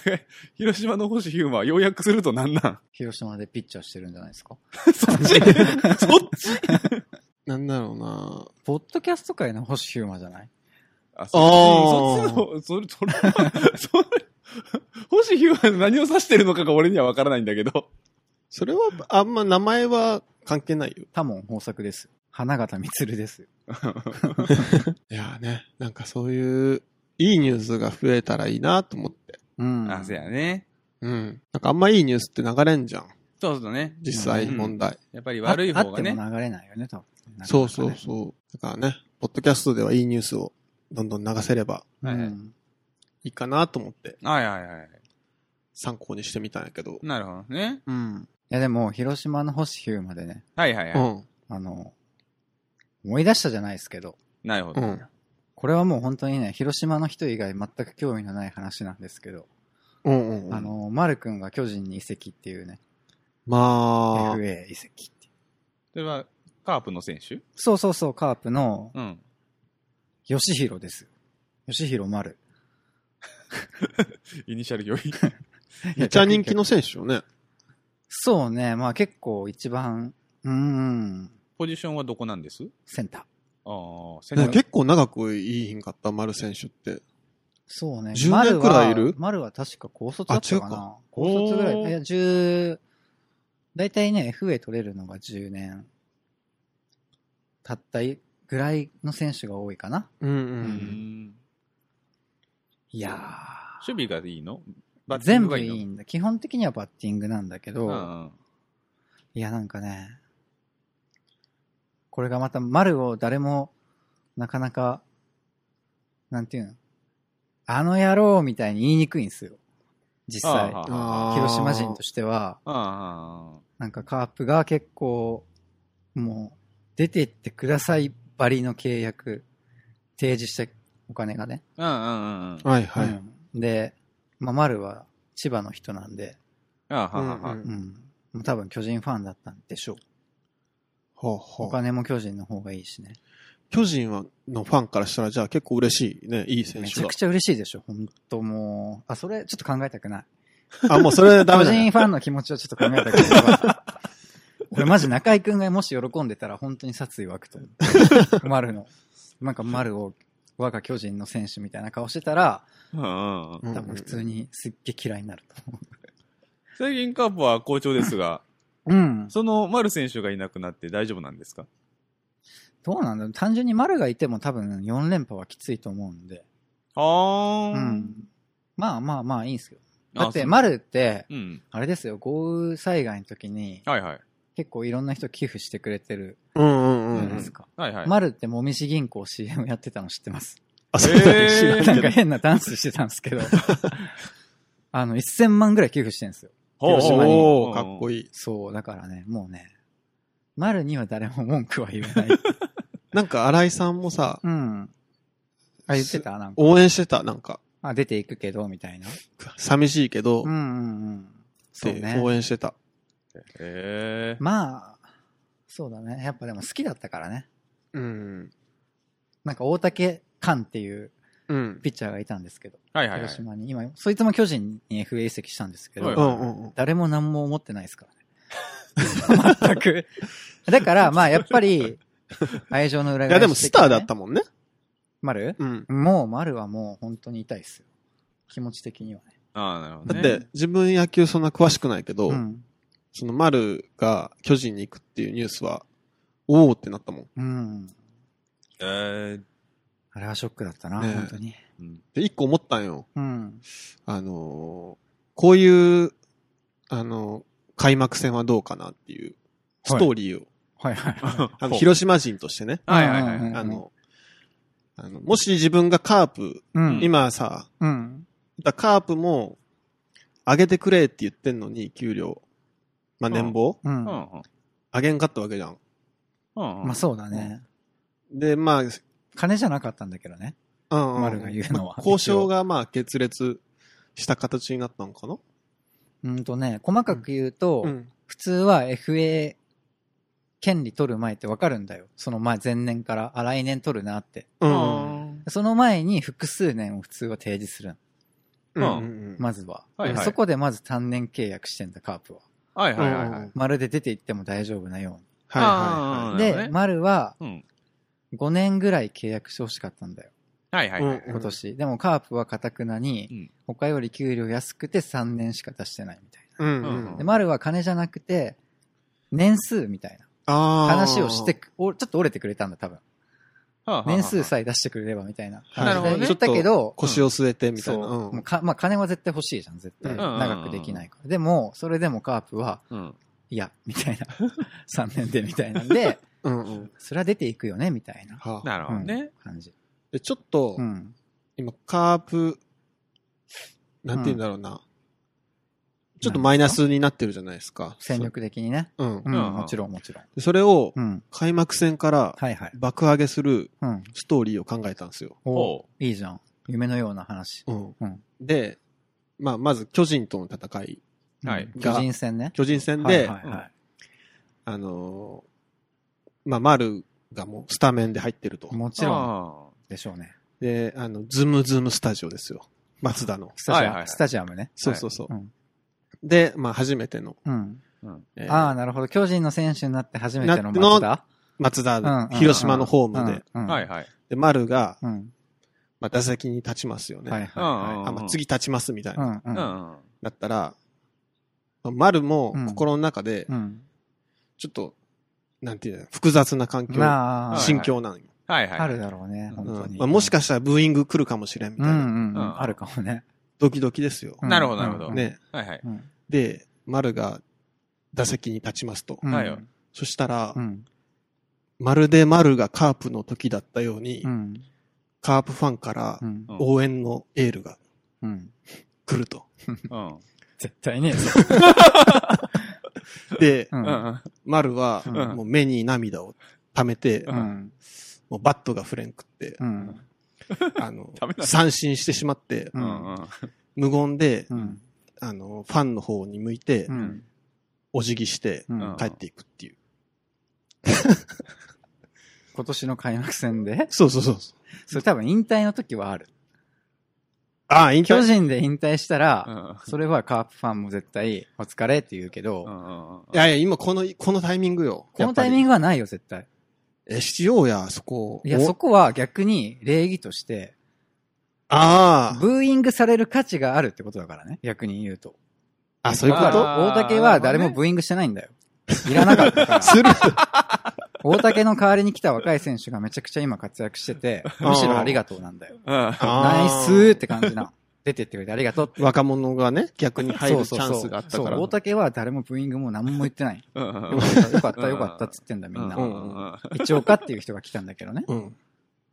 C: 広島の星ヒューマンは要約するとなんなん
A: 広島でピッチャーしてるんじゃないですか。
C: そっちそっち
B: なんだろうな。
A: ポッドキャスト界の星ヒューマじゃない
C: あ、
B: あー
C: そっちの、それ、それは、それ、星ヒューマン何を指してるのかが俺には分からないんだけど。
B: それは、あんま名前は関係ないよ。
A: 多門豊作です。花形光ですよ。
B: いやーね、なんかそういう、いいニュースが増えたらいいなと思って。
A: うん。
C: あ、せやね。
B: うん。なんかあんまいいニュースって流れんじゃん。
C: そうするとね。
B: 実際問題。
C: やっぱり悪い方が
A: あ
C: ね
A: あ。っても流れないよね、多分。
B: そうそう
A: う。
B: そう。だからね、ポッドキャストではいいニュースをどんどん流せれば
A: う
C: はいはい
A: ん。
B: いいかなと思って
C: はいはいはい。
B: 参考にしてみたんやけど。
C: なるほどね。
B: うん。
A: いやでも、広島の星ヒューまでね、
C: はいはいうは
B: ん。
A: あの、思い出したじゃないですけど、
C: い。なるほ
B: う
C: ど。
B: ん。
A: これはもう本当にね、広島の人以外全く興味のない話なんですけど、
B: うんうんうん。
A: あ、の、丸くんが巨人に移籍っていうね、
B: まあ、
A: FA 移籍っていう。
C: それは、カープの選手
A: そうそうそう、カープの
C: うん。
A: 吉弘ですよ。吉弘丸。
C: イニシャル良い。
B: めっちゃ人気の選手よね。
A: そうね、まあ結構一番、うーん、
C: ポジションはどこなんです
A: センター。
C: ああ、センタ
B: ね
C: ー。
B: 結構長くいいひんかった、丸選手って。
A: そうね。
B: 10年くらいいる
A: 丸は丸は確か高卒だったかな。
B: あ違うか
A: 高卒ぐら
C: おー
A: い。いや、10、大体ね、FA 取れるのが10年、たったいぐらいの選手が多いかな。
B: うんう。
C: うんん
A: いや
C: 守備がいいの
A: ー
C: バッティン
A: 全
C: グが
A: 部い
C: いいの
A: いんだ。基本的にはバッティングなんだけど、
C: うんうん
A: いや、なんかね、これがまた丸を誰も、なかなか、なんていうのあの野郎みたいに言いにくいんですよ。実際。
C: あ
B: あー
A: 広島人としては、
C: あ
A: なんかカープが結構、もう、出てってくださいばりの契約、提示したお金がね。
C: あ。うんうんうんうん。
B: はいは
A: う
B: い。
A: んで、まあ、丸は千葉の人なんで、
C: ああははは
B: うんうん
A: うん。もう多分巨人ファンだったんでしょう。
B: ほう
A: お
B: ほう。
A: 金も巨人の方がいいしね。
B: 巨人はのファンからしたら、じゃあ結構嬉しいね、いい選
A: め
B: 手
A: ちゃ
B: が
A: く。ちゃ嬉しいでしょ、本当もう。あ、それちょっと考えたくない。
B: あ、もうそれダ
A: 巨
B: メだ、
A: 人
B: ね。
A: ファンの気持ちはちょっと考えたくない。俺マジ中井くんがもし喜んでたら本当に殺意湧くと思う。丸の。なんか丸を我が巨人の選手みたいな顔してたら、
C: うんうんうん
B: うん
A: 多分普通にすっげえ嫌いになると思
C: 最近カープは好調ですが、
A: う。うん。
C: その丸選手がいなくなって大丈夫なんですか
A: どうなんだろう単純に丸がいても多分4連覇はきついと思うんで。
C: あー
A: う。ん。まあまあまあいいんですけど。
C: あ
A: だって
C: そう
A: 丸って、
C: うん。
A: あれですよ、豪雨災害の時に
C: はいはい。
A: 結構いろんな人寄付してくれてる
B: うんうん
A: じゃ
B: う
A: ない
B: んう
A: で
B: ん
A: す。か。
C: はいはい。
A: マルってもみじ銀行 CM やってたの知ってます。
B: あ、そうだね。知ら
C: え
A: な
C: ー
B: なん
A: か
B: いけど。
A: 変なダンスしてたんですけど。あの、1000万ぐらい寄付してるんですよ。
C: ほう
A: 広島に
B: おー、かっこ
C: いい。
B: いい。
A: そう、だからね、もうね、マルには誰も文句は言わない。
B: なんか新井さんもさ、
A: うん。あ、言ってたなんか。
B: 応援してた、なんか、
A: あ、出ていくけど、みたいな。
B: 寂しいけど、
A: うん
B: っ
A: うんうん。そう
B: て
A: ね
B: 応。援してた。
C: へえ。
A: まあ、そうだね。やっぱでも好きだったからね。
B: うん。
A: なんか大竹寛っていう
B: うん。、
A: ピッチャーがいたんですけど、
C: はいはいはい
A: 広。島に。今、そいつも巨人に FA 移籍したんですけど
C: はいう
B: んうんうん。
A: 誰も何も思ってないですからね。 全く。だから、まあ、やっぱり、愛情の裏
B: い
A: 返し、
B: や、でもスターだっ。たもんね。
A: 丸
B: うん。
A: もう、丸はもう本当に痛いっすよ。気持ち的にはね。
C: ああ、なるほど
B: だ
C: ね。
B: って、、自分野球そんな詳しくないけど、
A: うん。
B: その丸が巨人に行くっていうニュースは、おーってなったもん。
A: うん。
C: え
A: あれはショックだったな、
B: ねえ
A: 本当に。
C: ーうん
B: で、一個思ったんよ。
A: うん。
B: あのーこういう、あのー開幕戦はどうかなっていう、ストーリーを、
A: はいはいは
B: あの、広島人としてね、
A: い。
C: はいはいはい
A: うん
B: あ、の、あの、もし自分がカープ、
A: うん。
B: 今さ、
A: うん。
B: だカープも、上げてくれって言ってんのに、給料。まあ、年俸
A: うん。
C: うんう
A: ま
C: ん。
B: 上げんかったわけじゃん。
C: うんうん
A: あ、そうだね。
B: で、まあ、うん
A: 金じゃなかったんだけどね。
B: うんうん
A: 丸が言うのは
B: まあ交渉が、まあ、決裂した形になったのかな
A: うんとね、細かく言うと、
B: うん。
A: 普通は FA 権利取る前ってわかるんだよ。その前、前年から、あ、来年取るなって。
B: うん。
A: その前に複数年を普通は提示するの
B: うんうん
A: まずは。
C: はいはい
A: そこでまず単年契約してんだ、カープは。
C: はい
B: うん
C: はいはいはい。
A: まるで出て行っても大丈夫なよ
B: はいは
A: うに。
C: なるほど
A: で、
C: ね
A: 丸は
C: うん。
A: 5年ぐらい契約してほしかったんだよ。
C: はいはいはい。
B: うん
A: 今年。でもカープはかたくなに、
C: うん
A: 他より給料安くて3年しか出してないみたいな。
B: うん、う
C: うん
B: ん
A: で、。丸は金じゃなくて、年数みたいな
B: あー
A: 話をして、おちょっと折れてくれたんだ、多分。
C: はあはあはあ
A: 年数さえ出してくれればみたいな
B: はい
C: な
A: 感
C: るほど
A: じで
C: ね
A: 言ったけど、
B: 腰を据えてみたい
A: そう、
B: な。うん
A: もうかまあ、金は絶対欲しいじゃん、絶対。
B: うん
A: 長くできないから。でも、それでもカープは、
C: うん。
A: いや、みたいな。3年でみたいなんで、
B: うんうん
A: それは出ていくよね、みたいな
B: はあ
C: なるほどね。
A: 感じ。
B: でちょっと、
A: うん。
B: 今、カープ、なんて言うんだろうな。ちょっとマイナスになってるじゃないですか。
A: 戦力的にね。
B: うん
A: う。ん、
C: うん
A: もちろん、もちろん。
B: でそれを
A: うん。
B: 開幕戦から
A: はいはい。
B: 爆上げする
A: うん。
B: ストーリーを考えたんですよ。
A: お
C: おう
A: いいじゃん。夢のような話。
B: うん
A: うん
B: で、まあ、まず巨人との戦い。
C: はい
A: うん巨人戦ね。
B: 巨人戦で、
A: はいはいは
B: あのーまあ、丸がもうスタメンで入ってると
A: い。。もちろん
C: あ
A: でしょうね。
B: で、あの、ズムズムスタジオですよ。松田の。
A: スタジ
C: はいはいは
A: アム、
C: い
A: スタジアムね。
B: そうそうそう。
A: うん
B: で、まあ、初めての、
A: うん。
C: ーうん
B: えー
A: ああ、なるほど。巨人の選手になって初めての
B: な
A: 松田
B: 松田
A: うんうんうん
B: の、広島のホームで、。
A: うん
C: はい。はい。
B: で、丸が、
A: うん。
B: まあ、打席に立ちますよね。
A: はいは
B: あ、まあ、次立ちますみたい
A: いは
B: な、
A: い。う
C: うん
A: うん。
C: ん。
B: だったら、まあ丸も
A: うん
B: 心の中で
A: う、ん。
B: ちょっと、なんていうの、複雑な環境、
A: なあ、
C: はい
B: 心境なのよ。
C: はいはい。
A: あるだろうね、
C: う
A: 本
C: ん
A: 当
B: うん
A: に。
B: まあ、もしかしたらブーイング来るかもしれんみ
A: う
B: た
A: ん
B: いうな、
A: んう。
C: うんん
A: あるかもね。
B: ドキドキですよ
A: う。ん
C: なるほどなるほど
A: うん
B: ね。
C: はいはい。
A: うん
B: で、丸が打席に立ちますと。
A: うん
C: はいよ
B: そしたら、
A: うん。
B: まるで丸がカープの時だったように、
A: うん。
B: カープファンから
A: うん。
C: うん
B: 応援のエールが
A: うん。
B: 来ると。
C: うん。
A: 絶対ねえぞ。
B: で、
A: う
C: うん
A: ん。
C: うん。
B: 丸は、
A: うん
B: もう目に涙を溜めて、
A: う
C: うん
A: ん。
B: もうバットがフレンクって
A: う、ん。
B: あの
C: ダメ、だ
B: 三振してしまって
A: う、ん。
B: 無言で
A: う、ん。
B: あの、ファンの方に向いて
A: う、ん。
B: お辞儀して、
A: うん
B: 帰っていくっていう。
A: 今年の開幕戦で
B: そうそうそう。
A: それ多分引退の時はある。
B: ああ、引
A: 巨
B: 退い
A: 人で引退した
C: う
A: ら、
C: ん
A: それはカープファンも絶対、お疲れって言うけど、
C: うん。
B: やいや、今この、このタイミングよ。
A: このタイミン
B: グ
A: グはないよ、絶対。
B: え、しようや、そこ。
A: いや、
B: お
A: そこは逆に礼儀として、
B: あ
A: ブーイングされる価値があるってことだからね、逆に言うと。
B: あ。あ、そういうこ
A: わかる
B: と
C: あー
A: 大竹は誰もブーイングしてないんだよ。いらなかったから。
B: する。
A: 大竹の代わりに来た若い選手がめちゃくちゃ今活躍してて、むしろありがとうなんだよ。
C: うん。
A: ナイ
B: あ
A: スーって感じな。出てってくれてありがとうって。
B: 若者がね、逆に入るチ
A: そうそう
B: ャ
A: そう
B: ンスがあったから。
A: そうう大竹は誰もブーイングも何も言ってない。
C: うんうん
A: よかった、よかった、よかったっつってんだ、みん
C: う
A: な。
C: んうんうん
A: 一応かっていう人が来たんだけどね。
B: ん。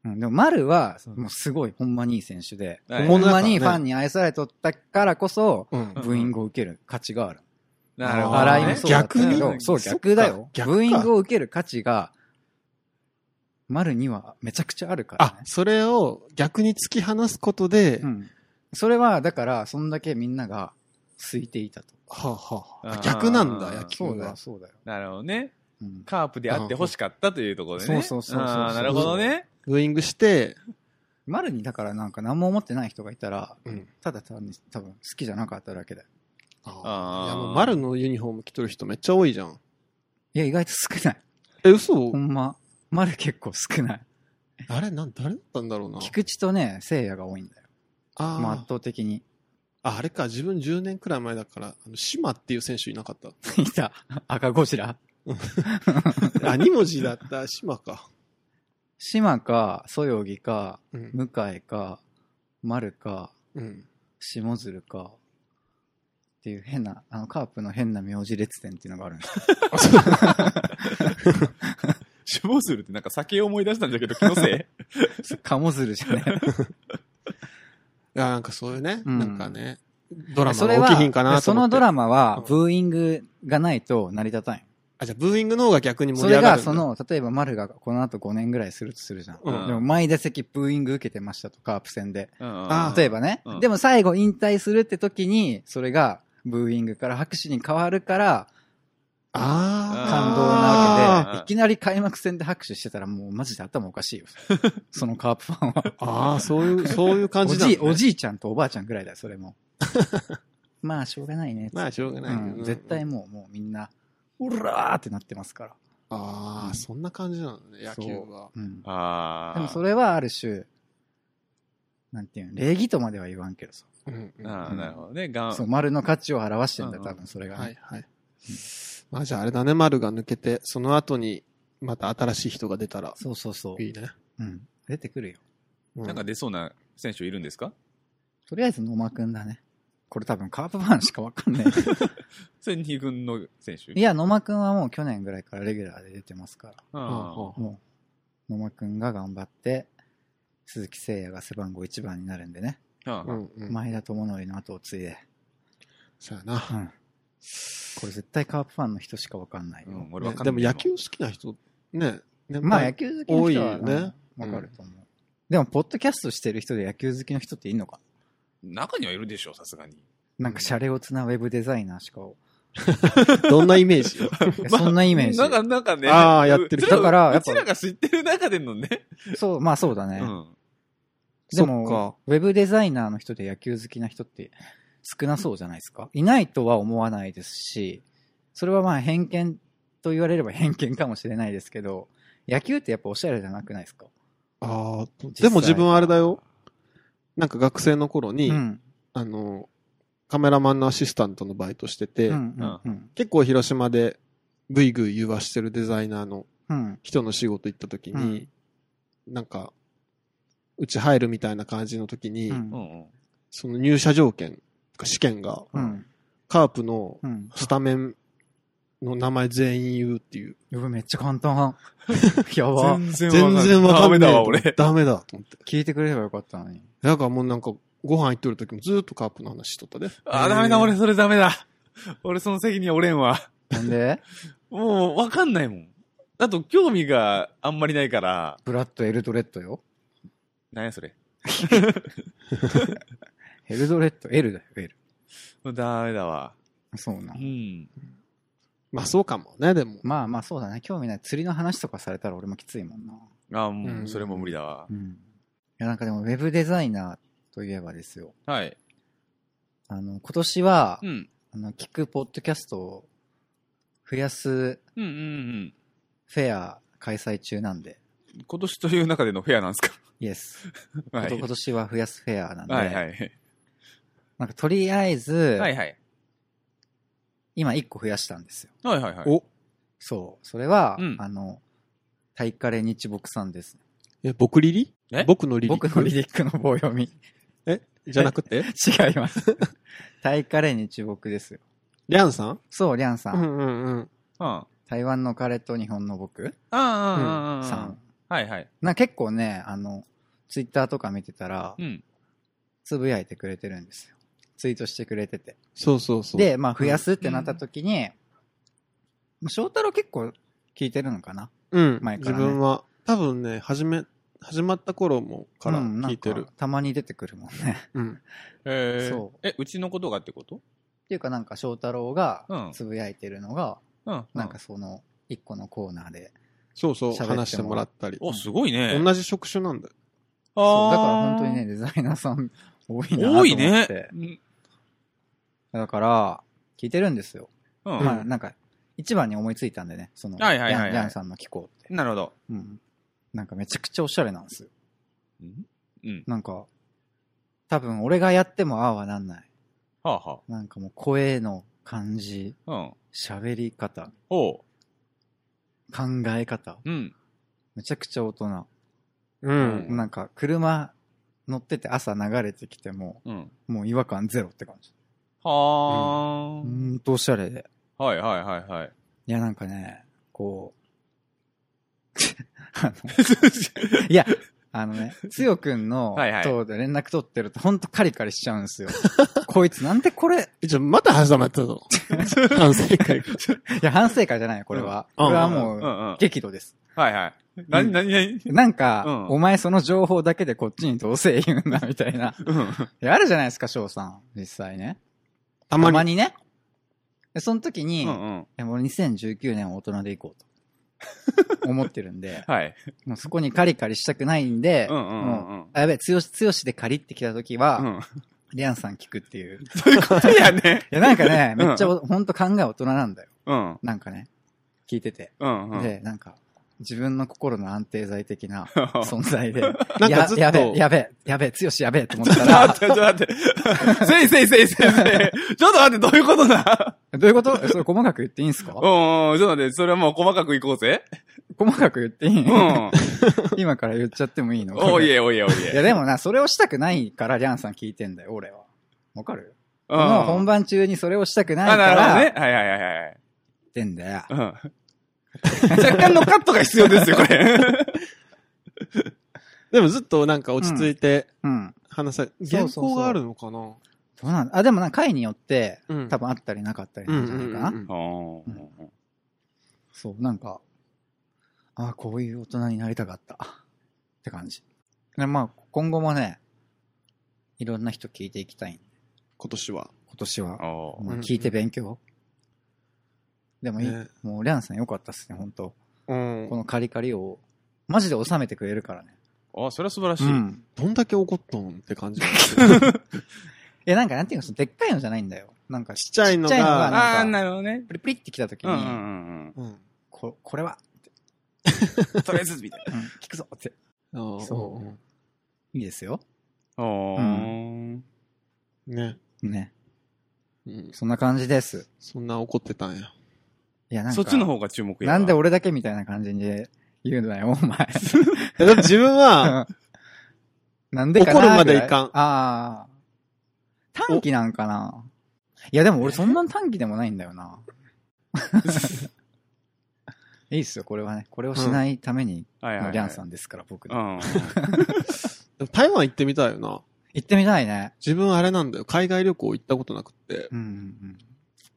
A: うん、でも丸は、もうすごい、ほんまにいい選手で、
C: はい
A: ほんまにファンに愛されとったからこそ、
B: うん。
A: ブーイングを受ける価値がある。
C: なるほどね。
A: 笑いもそうだったけど
B: あー逆に
A: そう、
B: そっか
A: 逆だよ。ブ
B: 逆か
A: ーイングを受ける価値が、丸にはめちゃくちゃあるから、
B: あ
A: ね。、
B: それを逆に突き放すことで、
A: うん。それは、だから、そんだけみんなが空いていたと。
B: はあはあ
C: あー
B: 逆なんだ、
C: あー
B: 野
A: そ
B: 球
A: うだ
B: が
A: よ、。そうだよ。
C: なるほどね。
A: うん。
C: カープであって欲しかったというところでね。
A: うんそうそうそうそう
C: あーなるほどね。
B: ブーイングして、
A: 丸にだからなんか何も思ってない人がいたら、
B: うん。
A: ただ単に多分好きじゃなかっただけだよ。
B: あ
C: あ
B: あ。いや、
C: ー
B: もう丸のユニフォーム着とる人めっちゃ多いじゃん。
A: いや、意外と少ない。
B: え、嘘
A: ほんま。丸結構少ない。
B: あれなん、誰だったんだろうな。
A: 菊池とね、聖夜が多いんだよ。もう圧
B: あー
A: 倒的に。
B: あ、あれか、自分10年くらい前だから、あの、島っていう選手いなかった。
A: いた。赤ゴジラ。
B: あ、2文字 だった、島か。
A: 島か、そよぎか、
B: うん。
A: 向井か、丸か、
B: うん。
A: 下鶴か、っていう変な、あの、カープの変な名字列伝っていうのがあるん ですよ。
C: 死亡するってなんか酒を思い出したんだけど、気 のせい
A: 鴨鶴じゃね
B: いや、なんかそういうね、
A: うん
B: なんかね、ド
A: え。
B: ラ
A: そ
B: マ
A: れ
B: が起きひんか
A: は、
B: なと
A: そ
B: 思って。
A: のドラマ
B: う
A: は
B: ん、
A: ブーイングがないと成り立たんよ。
B: あ、じゃあブーイングの方が逆に盛
A: そ
B: り
A: れ
B: 上が
A: が、
B: るんだ。
A: その、例えば丸がこの後5年ぐらいするとするじゃん。
B: うん
A: でも、毎打席ブーイング受けてましたと、カープ戦で。
B: あ
A: 例えばね、
C: うん
A: でも最後引退するって時に、それがブーイングから拍手に変わるから
B: ああ。
A: 感動なわけ
C: あ
A: で、
C: ー
A: いきなり開幕戦で拍手してたらもうマジで頭おか しいよ。そのカープファンは。
B: ああ、そう いう、そういう
A: お
B: 感じだ、
A: じ
B: ね
A: い、。おじいちゃんとおばあちゃんぐらいだよ、それも。まあ、しょうがないね。
B: まあ、しょうがない、
A: うん絶対。もう、もうみんな、オラーってなってますから。
B: ああ、そんな感じなのね、野球は。
A: うん。
C: ああ。
A: でもそれはある種、なんていうの、礼儀とまでは言わんけどさ。
B: うんうん
C: あ
A: う
C: あ、
A: ん
C: なるほどね。がん
A: そう、丸の価値を表してんだよ、
C: うんうん
A: 多分それが。
B: はいはい。まあじゃああれだね、丸が抜けて、その後にまた新しい人が出たら
A: そうそうそう。
B: いいね。
A: うん。出てくるよ。
B: う
C: なんか出そうな選手いるんですか
A: とりあえず野間くんだね。これ多分カープファンしかわかん ない。
C: それ二軍の選手
A: いや、野間くんはもう去年ぐらいからレギュラーで出てますから。
B: う
C: あ
B: ん
C: あ
B: うん
A: もう、野間くんが頑張って、鈴木誠也が背番号1番になるんでね。
C: あ
B: う
C: あ
B: んうん。
A: 前田智則の後を継いで。
B: そうやな
A: う。ん。これ絶対カープファンの人しかわかんないよ。
C: うん、俺わかんない。
B: でも野球好きな人、ね。年配
A: まあ野球好きの人は
B: 多いよね
A: うんわかると思う。でも、ポッドキャストしてる人で野球好きの人っているのか
C: 中にはいるでしょ、さすがに。
A: なんか、シャレオツなウェブデザイナーし か、
B: どんなイメー ジよ
A: いやそんなイメージ。
C: なんか、なんかね。
B: ああやってる人
C: う
A: だ
C: ち
A: からやっ
C: う
A: ぱ
C: ちらが知ってる中でのね。
A: そう、まあそうだね。
C: うん。
A: で
B: そっ
A: も
B: か、
A: ウェブデザイナーの人で野球好きな人って少なそうじゃないですか。いないとは思わないですし、それはまあ偏見と言われれば偏見かもしれないですけど、野球ってやっぱおしゃれじゃなくないですか。
B: ああ、でも自分はあれだよ。なんか学生の頃に、
A: うん。
B: あの、カメラマンのアシスタントのバイトしてて、
A: うん。うん。うん。
B: 結構広島でぐいぐい言わしてるデザイナーの
A: うん。
B: 人の仕事行った時に、なんか、うち入るみたいな感じの時に、
A: う。
C: うんん
B: その入社条件、試験が、
A: うん。
B: カープの
A: うん。
B: スタメンの名前全員言うっていう。
A: うわめっちゃ簡単。や
C: う
A: ば。
C: ん。
B: 全
C: 全
B: 然わかんない。
C: ダメだわ、俺。
B: ダメだ、と思って。
A: 聞いてくれればよかったのに。
B: だからもうなんか、ご飯行っとる時もずっとカープの話しとったで。
C: あ、ダメだ、俺、それダメだ。俺、その責任は俺んわ。
A: なんで
C: もう、わかんないもん。あと、興味があんまりないから、
A: ブラッド・エルドレッドよ。
C: なんやそれ。
A: エルドレッド、エルだよ、エル。
C: ダメだわ。
A: そうな
C: う。ん。
B: まあそうかもね、でも。
A: まあまあそうだね。興味ない。釣りの話とかされたら俺もきついもんな。
C: あ
B: う
C: も
B: ん
C: う、それも無理だわ
A: う。ん。いやなんかでもウェブデザイナーといえばですよ。
C: はい。
A: あの、今年は、
C: うん。
A: あの、聞くポッドキャストを増やす
C: うんうんうん。
A: フェア開催中なんで、
C: 今年という中でのフェアなんですか
A: イエス。
C: はい
A: こと今年 は増やすフェアなんで、
C: はいはい。
A: なんかとりあえず、
C: はいはい。
A: 今1個増やしたんですよ。
C: はいはいはい。
B: お
A: そう。それは、
C: うん
A: あの、タイカレ日木さんです。
B: え、僕リリ
C: え
B: 僕のリリ
A: 僕のリリックの棒読み。
B: じゃなくて
A: 違います。タイカレ日木ですよ。
B: リャンさん
A: そう、リャンさ。
B: うんんうんうん。
C: うん。あ
A: 台湾の彼と日本の僕
C: あ、ああ、
A: さ
C: あ
A: ん。
C: あ。はいはい。
A: な結構ね、あの、ツイッターとか見てたら
C: う、ん。
A: つぶやいてくれてるんですよ。ツイートしてくれてて。
B: そうそうそう。、
A: で、まあ、増やすってなった時に、まあ翔太郎結構聞いてるのかな
B: うん。
A: 前から
B: 自
A: ね
B: 分は、多分ね、始め、始まった頃もから
A: うんなん
B: 聞いてる。
A: たまに出てくるもん ね。っ
B: うん。
C: え
A: そ
C: そうう。え、うちのことがってこと
A: ていうか、なんか翔太郎が
C: うん
A: つぶやいてるのが、
C: うん。
A: なんか、その、一個のコーナーで。
B: そうそう、
A: 喋っても
B: 話してもらったり。
C: お、すごいね。
B: 同じ職種なんだよ。
A: そう
C: あー
A: だから本当にね、、デザイナーさん多いなと思っ
C: 多
A: て。
C: いね。うん
A: だから、聞いてるんですよ。
C: うん。
A: まあ、なんか、一番に思いついたんでね、その、
C: はいはいはいはい
A: リャンリャンさんの聞こうって。
C: なるほど。
A: うん。なんかめちゃくちゃおしゃれなんですよ。
C: うんうん。
A: なんか、多分俺がやってもああはなんない。
C: はあは
A: なんかもう声の感じ、
C: あ。うん。
A: 喋り方、
C: おう。
A: 考え方、
C: うん。
A: めちゃくちゃ大人。
B: うん
A: なんか車乗ってて朝流れてきても、
C: うん。
A: もう違和感ゼロって感じ。
C: は
A: ほんとおしゃれで。
C: あ。はいはいはいはい。
A: いやなんかね、こ う、あの いや、あのね、つよくんの、
C: はいはい
A: と連絡取ってると、ほんとカリカリしちゃうんですよ。こいつなんでこれ、
B: えじゃあ、また始 まったぞ。反省会。
A: いや、反省会じゃないよ、これは。
B: うん
A: これは
C: う
A: も
C: ん
A: う、
C: うん。
A: 激怒です。
C: はいはい。なになになに
A: なんか、
C: うん
A: お前その情報だけでこっちにどうせ言うんだ、みたいな。
C: うん。
A: いやあるじゃないですか、翔さん。実際ね。
B: た
A: た
B: ま
A: ま
B: に。
A: にね。でその時に、
C: う
A: い
C: んうん。
A: やもう2019年は大人で行こうと。 思ってるんで、
C: はい。
A: もうそこにカリカリしたくないんで、
C: うんうんう
A: もうん
C: うん。
A: あやべえ、つよし、つよしで借りってきた時
C: う
A: は、
C: ん。
A: リアンさん聞くっていう。い
C: ということやね。
A: や、なんかね、
C: うん
A: めっちゃお、ほんと考え大人なんだよ。
C: うん。
A: なんかね、聞いてて。
C: うんうん。
A: で、なんか、自分の心の安定剤的な
C: ちょ
A: 存在で、
B: なんか
A: や
B: ずっと、
A: やべ、やべ、やべ、強しやべえと思っ
C: っと
A: たら、
C: 待って、ちょっと待って。せいせいせいせいせい。ちょっと待って、どういうこと だ
A: どういうことえそれ細かく言っていいんすか
C: うんうん、ちょっと待って、それはもう細かくいこうぜ。
A: 細かく言っていい、
C: うん。
A: 今から言っちゃってもいいの
C: おいえ、おいえ、おい
A: いや
C: え。
A: でもな、それをしたくないから、リャンさん聞いてんだよ、俺は。わかる
C: う
A: こ
C: ん
A: の本番中にそれをしたくないか
C: あ、なるほ
A: ら、
C: ど
A: 言
C: ね。はいはいはいはい。
A: ってんだよ。
C: うん。 若干のカットが必要ですよ、これ。
B: でもずっとなんか落ち着いて
A: うん。
B: 話さ、
A: そうそ
B: 原
A: うそう
B: 稿があるのかな
A: どうなんだあ、でもな、回によって、
B: うん
A: 多分あったりなかったり
B: う
A: なんんじゃないかな。
B: うんうんうん
C: うん
A: そう、なんか、ああ、こういう大人になりたかった。って感じ。で、まあ、今後もね、いろんな人聞いていきたい。
B: 今年は。
A: 今年は。
C: おー
A: もう聞いて勉強。でもいい、
B: ね
A: もう、リャンさんよかったっすね、本当
B: うん
A: こ。のカリカリを、マジで収めてくれるからね。
C: あ、それは素晴らし
A: う
C: い。
A: ん。
B: どんだけ怒ったんって感じ。ち
A: いや、なんか、なんていうの、そのでっかいのじゃないんだよ。なんか、
B: っちゃいの
A: ちっちゃいのが
B: が、
A: なんか
C: あーなるほどね。
A: プリプリってきたとき
C: う
A: に、
C: んうんうん
B: うん。
A: ここれは、
C: うん。とりあえず、みたい
A: うん、聞くぞって。
B: あー
A: そう
B: うん
A: いいですよ。
C: な。おー
B: うんね。
A: ね。
B: うん。
A: そんな感じです。
B: そんな怒ってたんや。
A: いや、なんか、
C: そっちの方が注目やわ。
A: なんで俺だけみたいな感じで言うのよ、お前。
B: だって自分は、
A: うん なんでかな
B: 怒るまでいかん
A: ぐらああ。短期なんかないや、でも俺そんな短期でもないんだよな。 いいっすよ、これはね。これをしないために、
C: はいはいは
A: の
C: い
A: リャンさんですから、僕
C: う
A: の。
C: ん。
B: でも台湾行ってみたいよな。
A: 行ってみたいね。
B: 自分あれなんだよ。海外旅行行ったことなくって。
A: うんうんうん。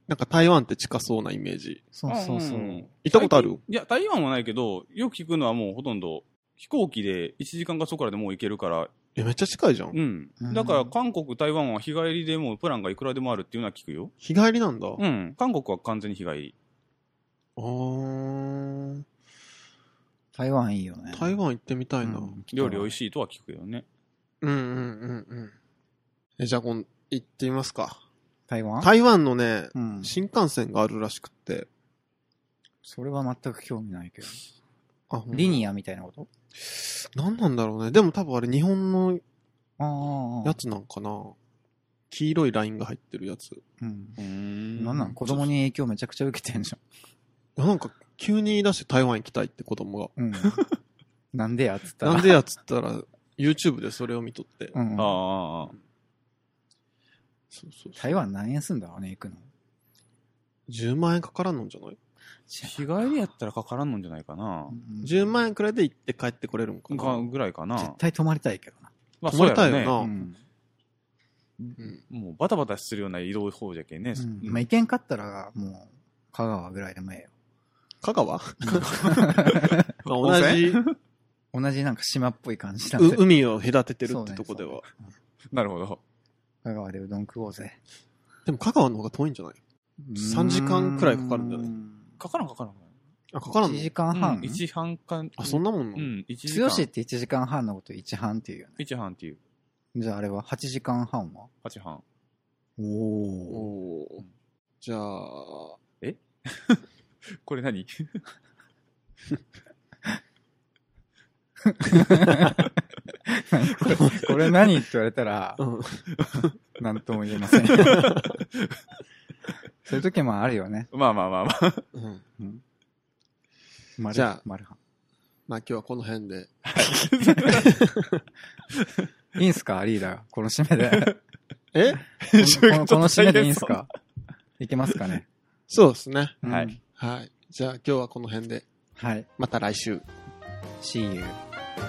B: なんか台湾って近そうなイメージ。
A: そうそうそう。
C: ん
B: 行ったことある
C: いや、台湾はないけど、よく聞くのはもうほとんど、飛行機で1時間かそこらでもう行けるから、
B: え、めっちゃ近いじゃん。
C: うん
A: うん。
C: だから韓国、台湾は日帰りでもうプランがいくらでもあるっていうのは聞くよ。
B: 日帰りなんだ。あ
C: うん。韓国は完全に日帰り。
B: ー。
A: 台湾いいよね。
B: 台湾行ってみたいな。
A: う
B: うんん、
C: 料理美味
A: しい。
C: しいとは聞くよね。
B: うん、うん、うん。え、じゃあ今、行ってみますか。
A: 台湾
B: 台湾のね、
A: うん。
B: 新幹線があるらしくって。
A: それは全く興味ないけど。
B: あ、
A: リニ
B: ア。
A: アみたいなこと
B: 何なんだろうね。でも多分あれ日本の
A: ああ
B: や。つなんかな。黄色いラインが入ってるやつ。
A: うん。
C: うん
A: なんなん子供に影響めちゃくちゃ受けてんじ
B: なんか急に言い出して台湾行きたいって子供が。
A: ゃん。うん。なんでやっつったら。
B: なんでやっつったら、YouTube でそれを見とって。
A: うんうん。
C: ああああ。
B: そうそうそう
A: 台湾何円すんだろうね、行くの。
B: 10万円かからんのんじゃない
C: 日帰りやったらかからんのんじゃないかな
A: う。ん
B: ?10 万円くらいで行って帰ってこれるんかな。
C: かぐらいかな。
A: 絶対泊まりたいけどな。
C: まあ、
B: 泊まりたいよ
C: そうやろ
B: あ
A: う
C: ね。
A: ん。
B: うん
C: もうバタバタするような移動法じゃけんね。
A: うんまあ、行けんかったら、もう、香川ぐらいでもええよ。
B: 香川
C: 温
B: 同じ
C: 泉
A: 同じなんか島っぽい感じなんで
B: う、海を隔ててるってとこでは。
A: そう
C: なるほど。
A: 香川でうどん食おうぜ。
B: でも香川の方が遠いんじゃない3時間くらいかかるんじゃない
C: かからんかからん。
B: あ、かからん
A: ?1
B: の
A: 時間
C: 半
A: 半。
C: 1半か。
B: あ、そんなもんな
C: う
B: の、
C: ん、1時
A: 強
C: 間。
A: しって1時間半のこと1半っていうよね。
C: 1半っていう。
A: じゃああれは8時間半は
C: 8半。
A: おお。
B: おーじゃあ、
C: これ何
A: これ何って言われたら、
B: うん。
A: なんとも言えません。 そういう時もあるよね。
C: まあまあまあまあ。
B: うん。
A: 丸
B: じゃあ
A: 丸半
B: まあ今日はこの辺で。
A: いいんすかリーダー。この締めで。
B: え
A: こ
C: ちょ
A: のこのこの締めでいいんす
C: ちょっと大変そ
A: か
C: う
A: いけますかね、
B: そうですね。
A: うん
C: はい。
B: はい。じゃあ今日はこの辺で。
A: はい。
B: また来週。
A: See you.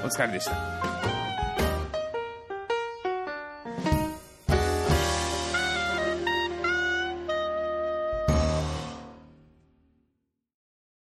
C: お疲れでした。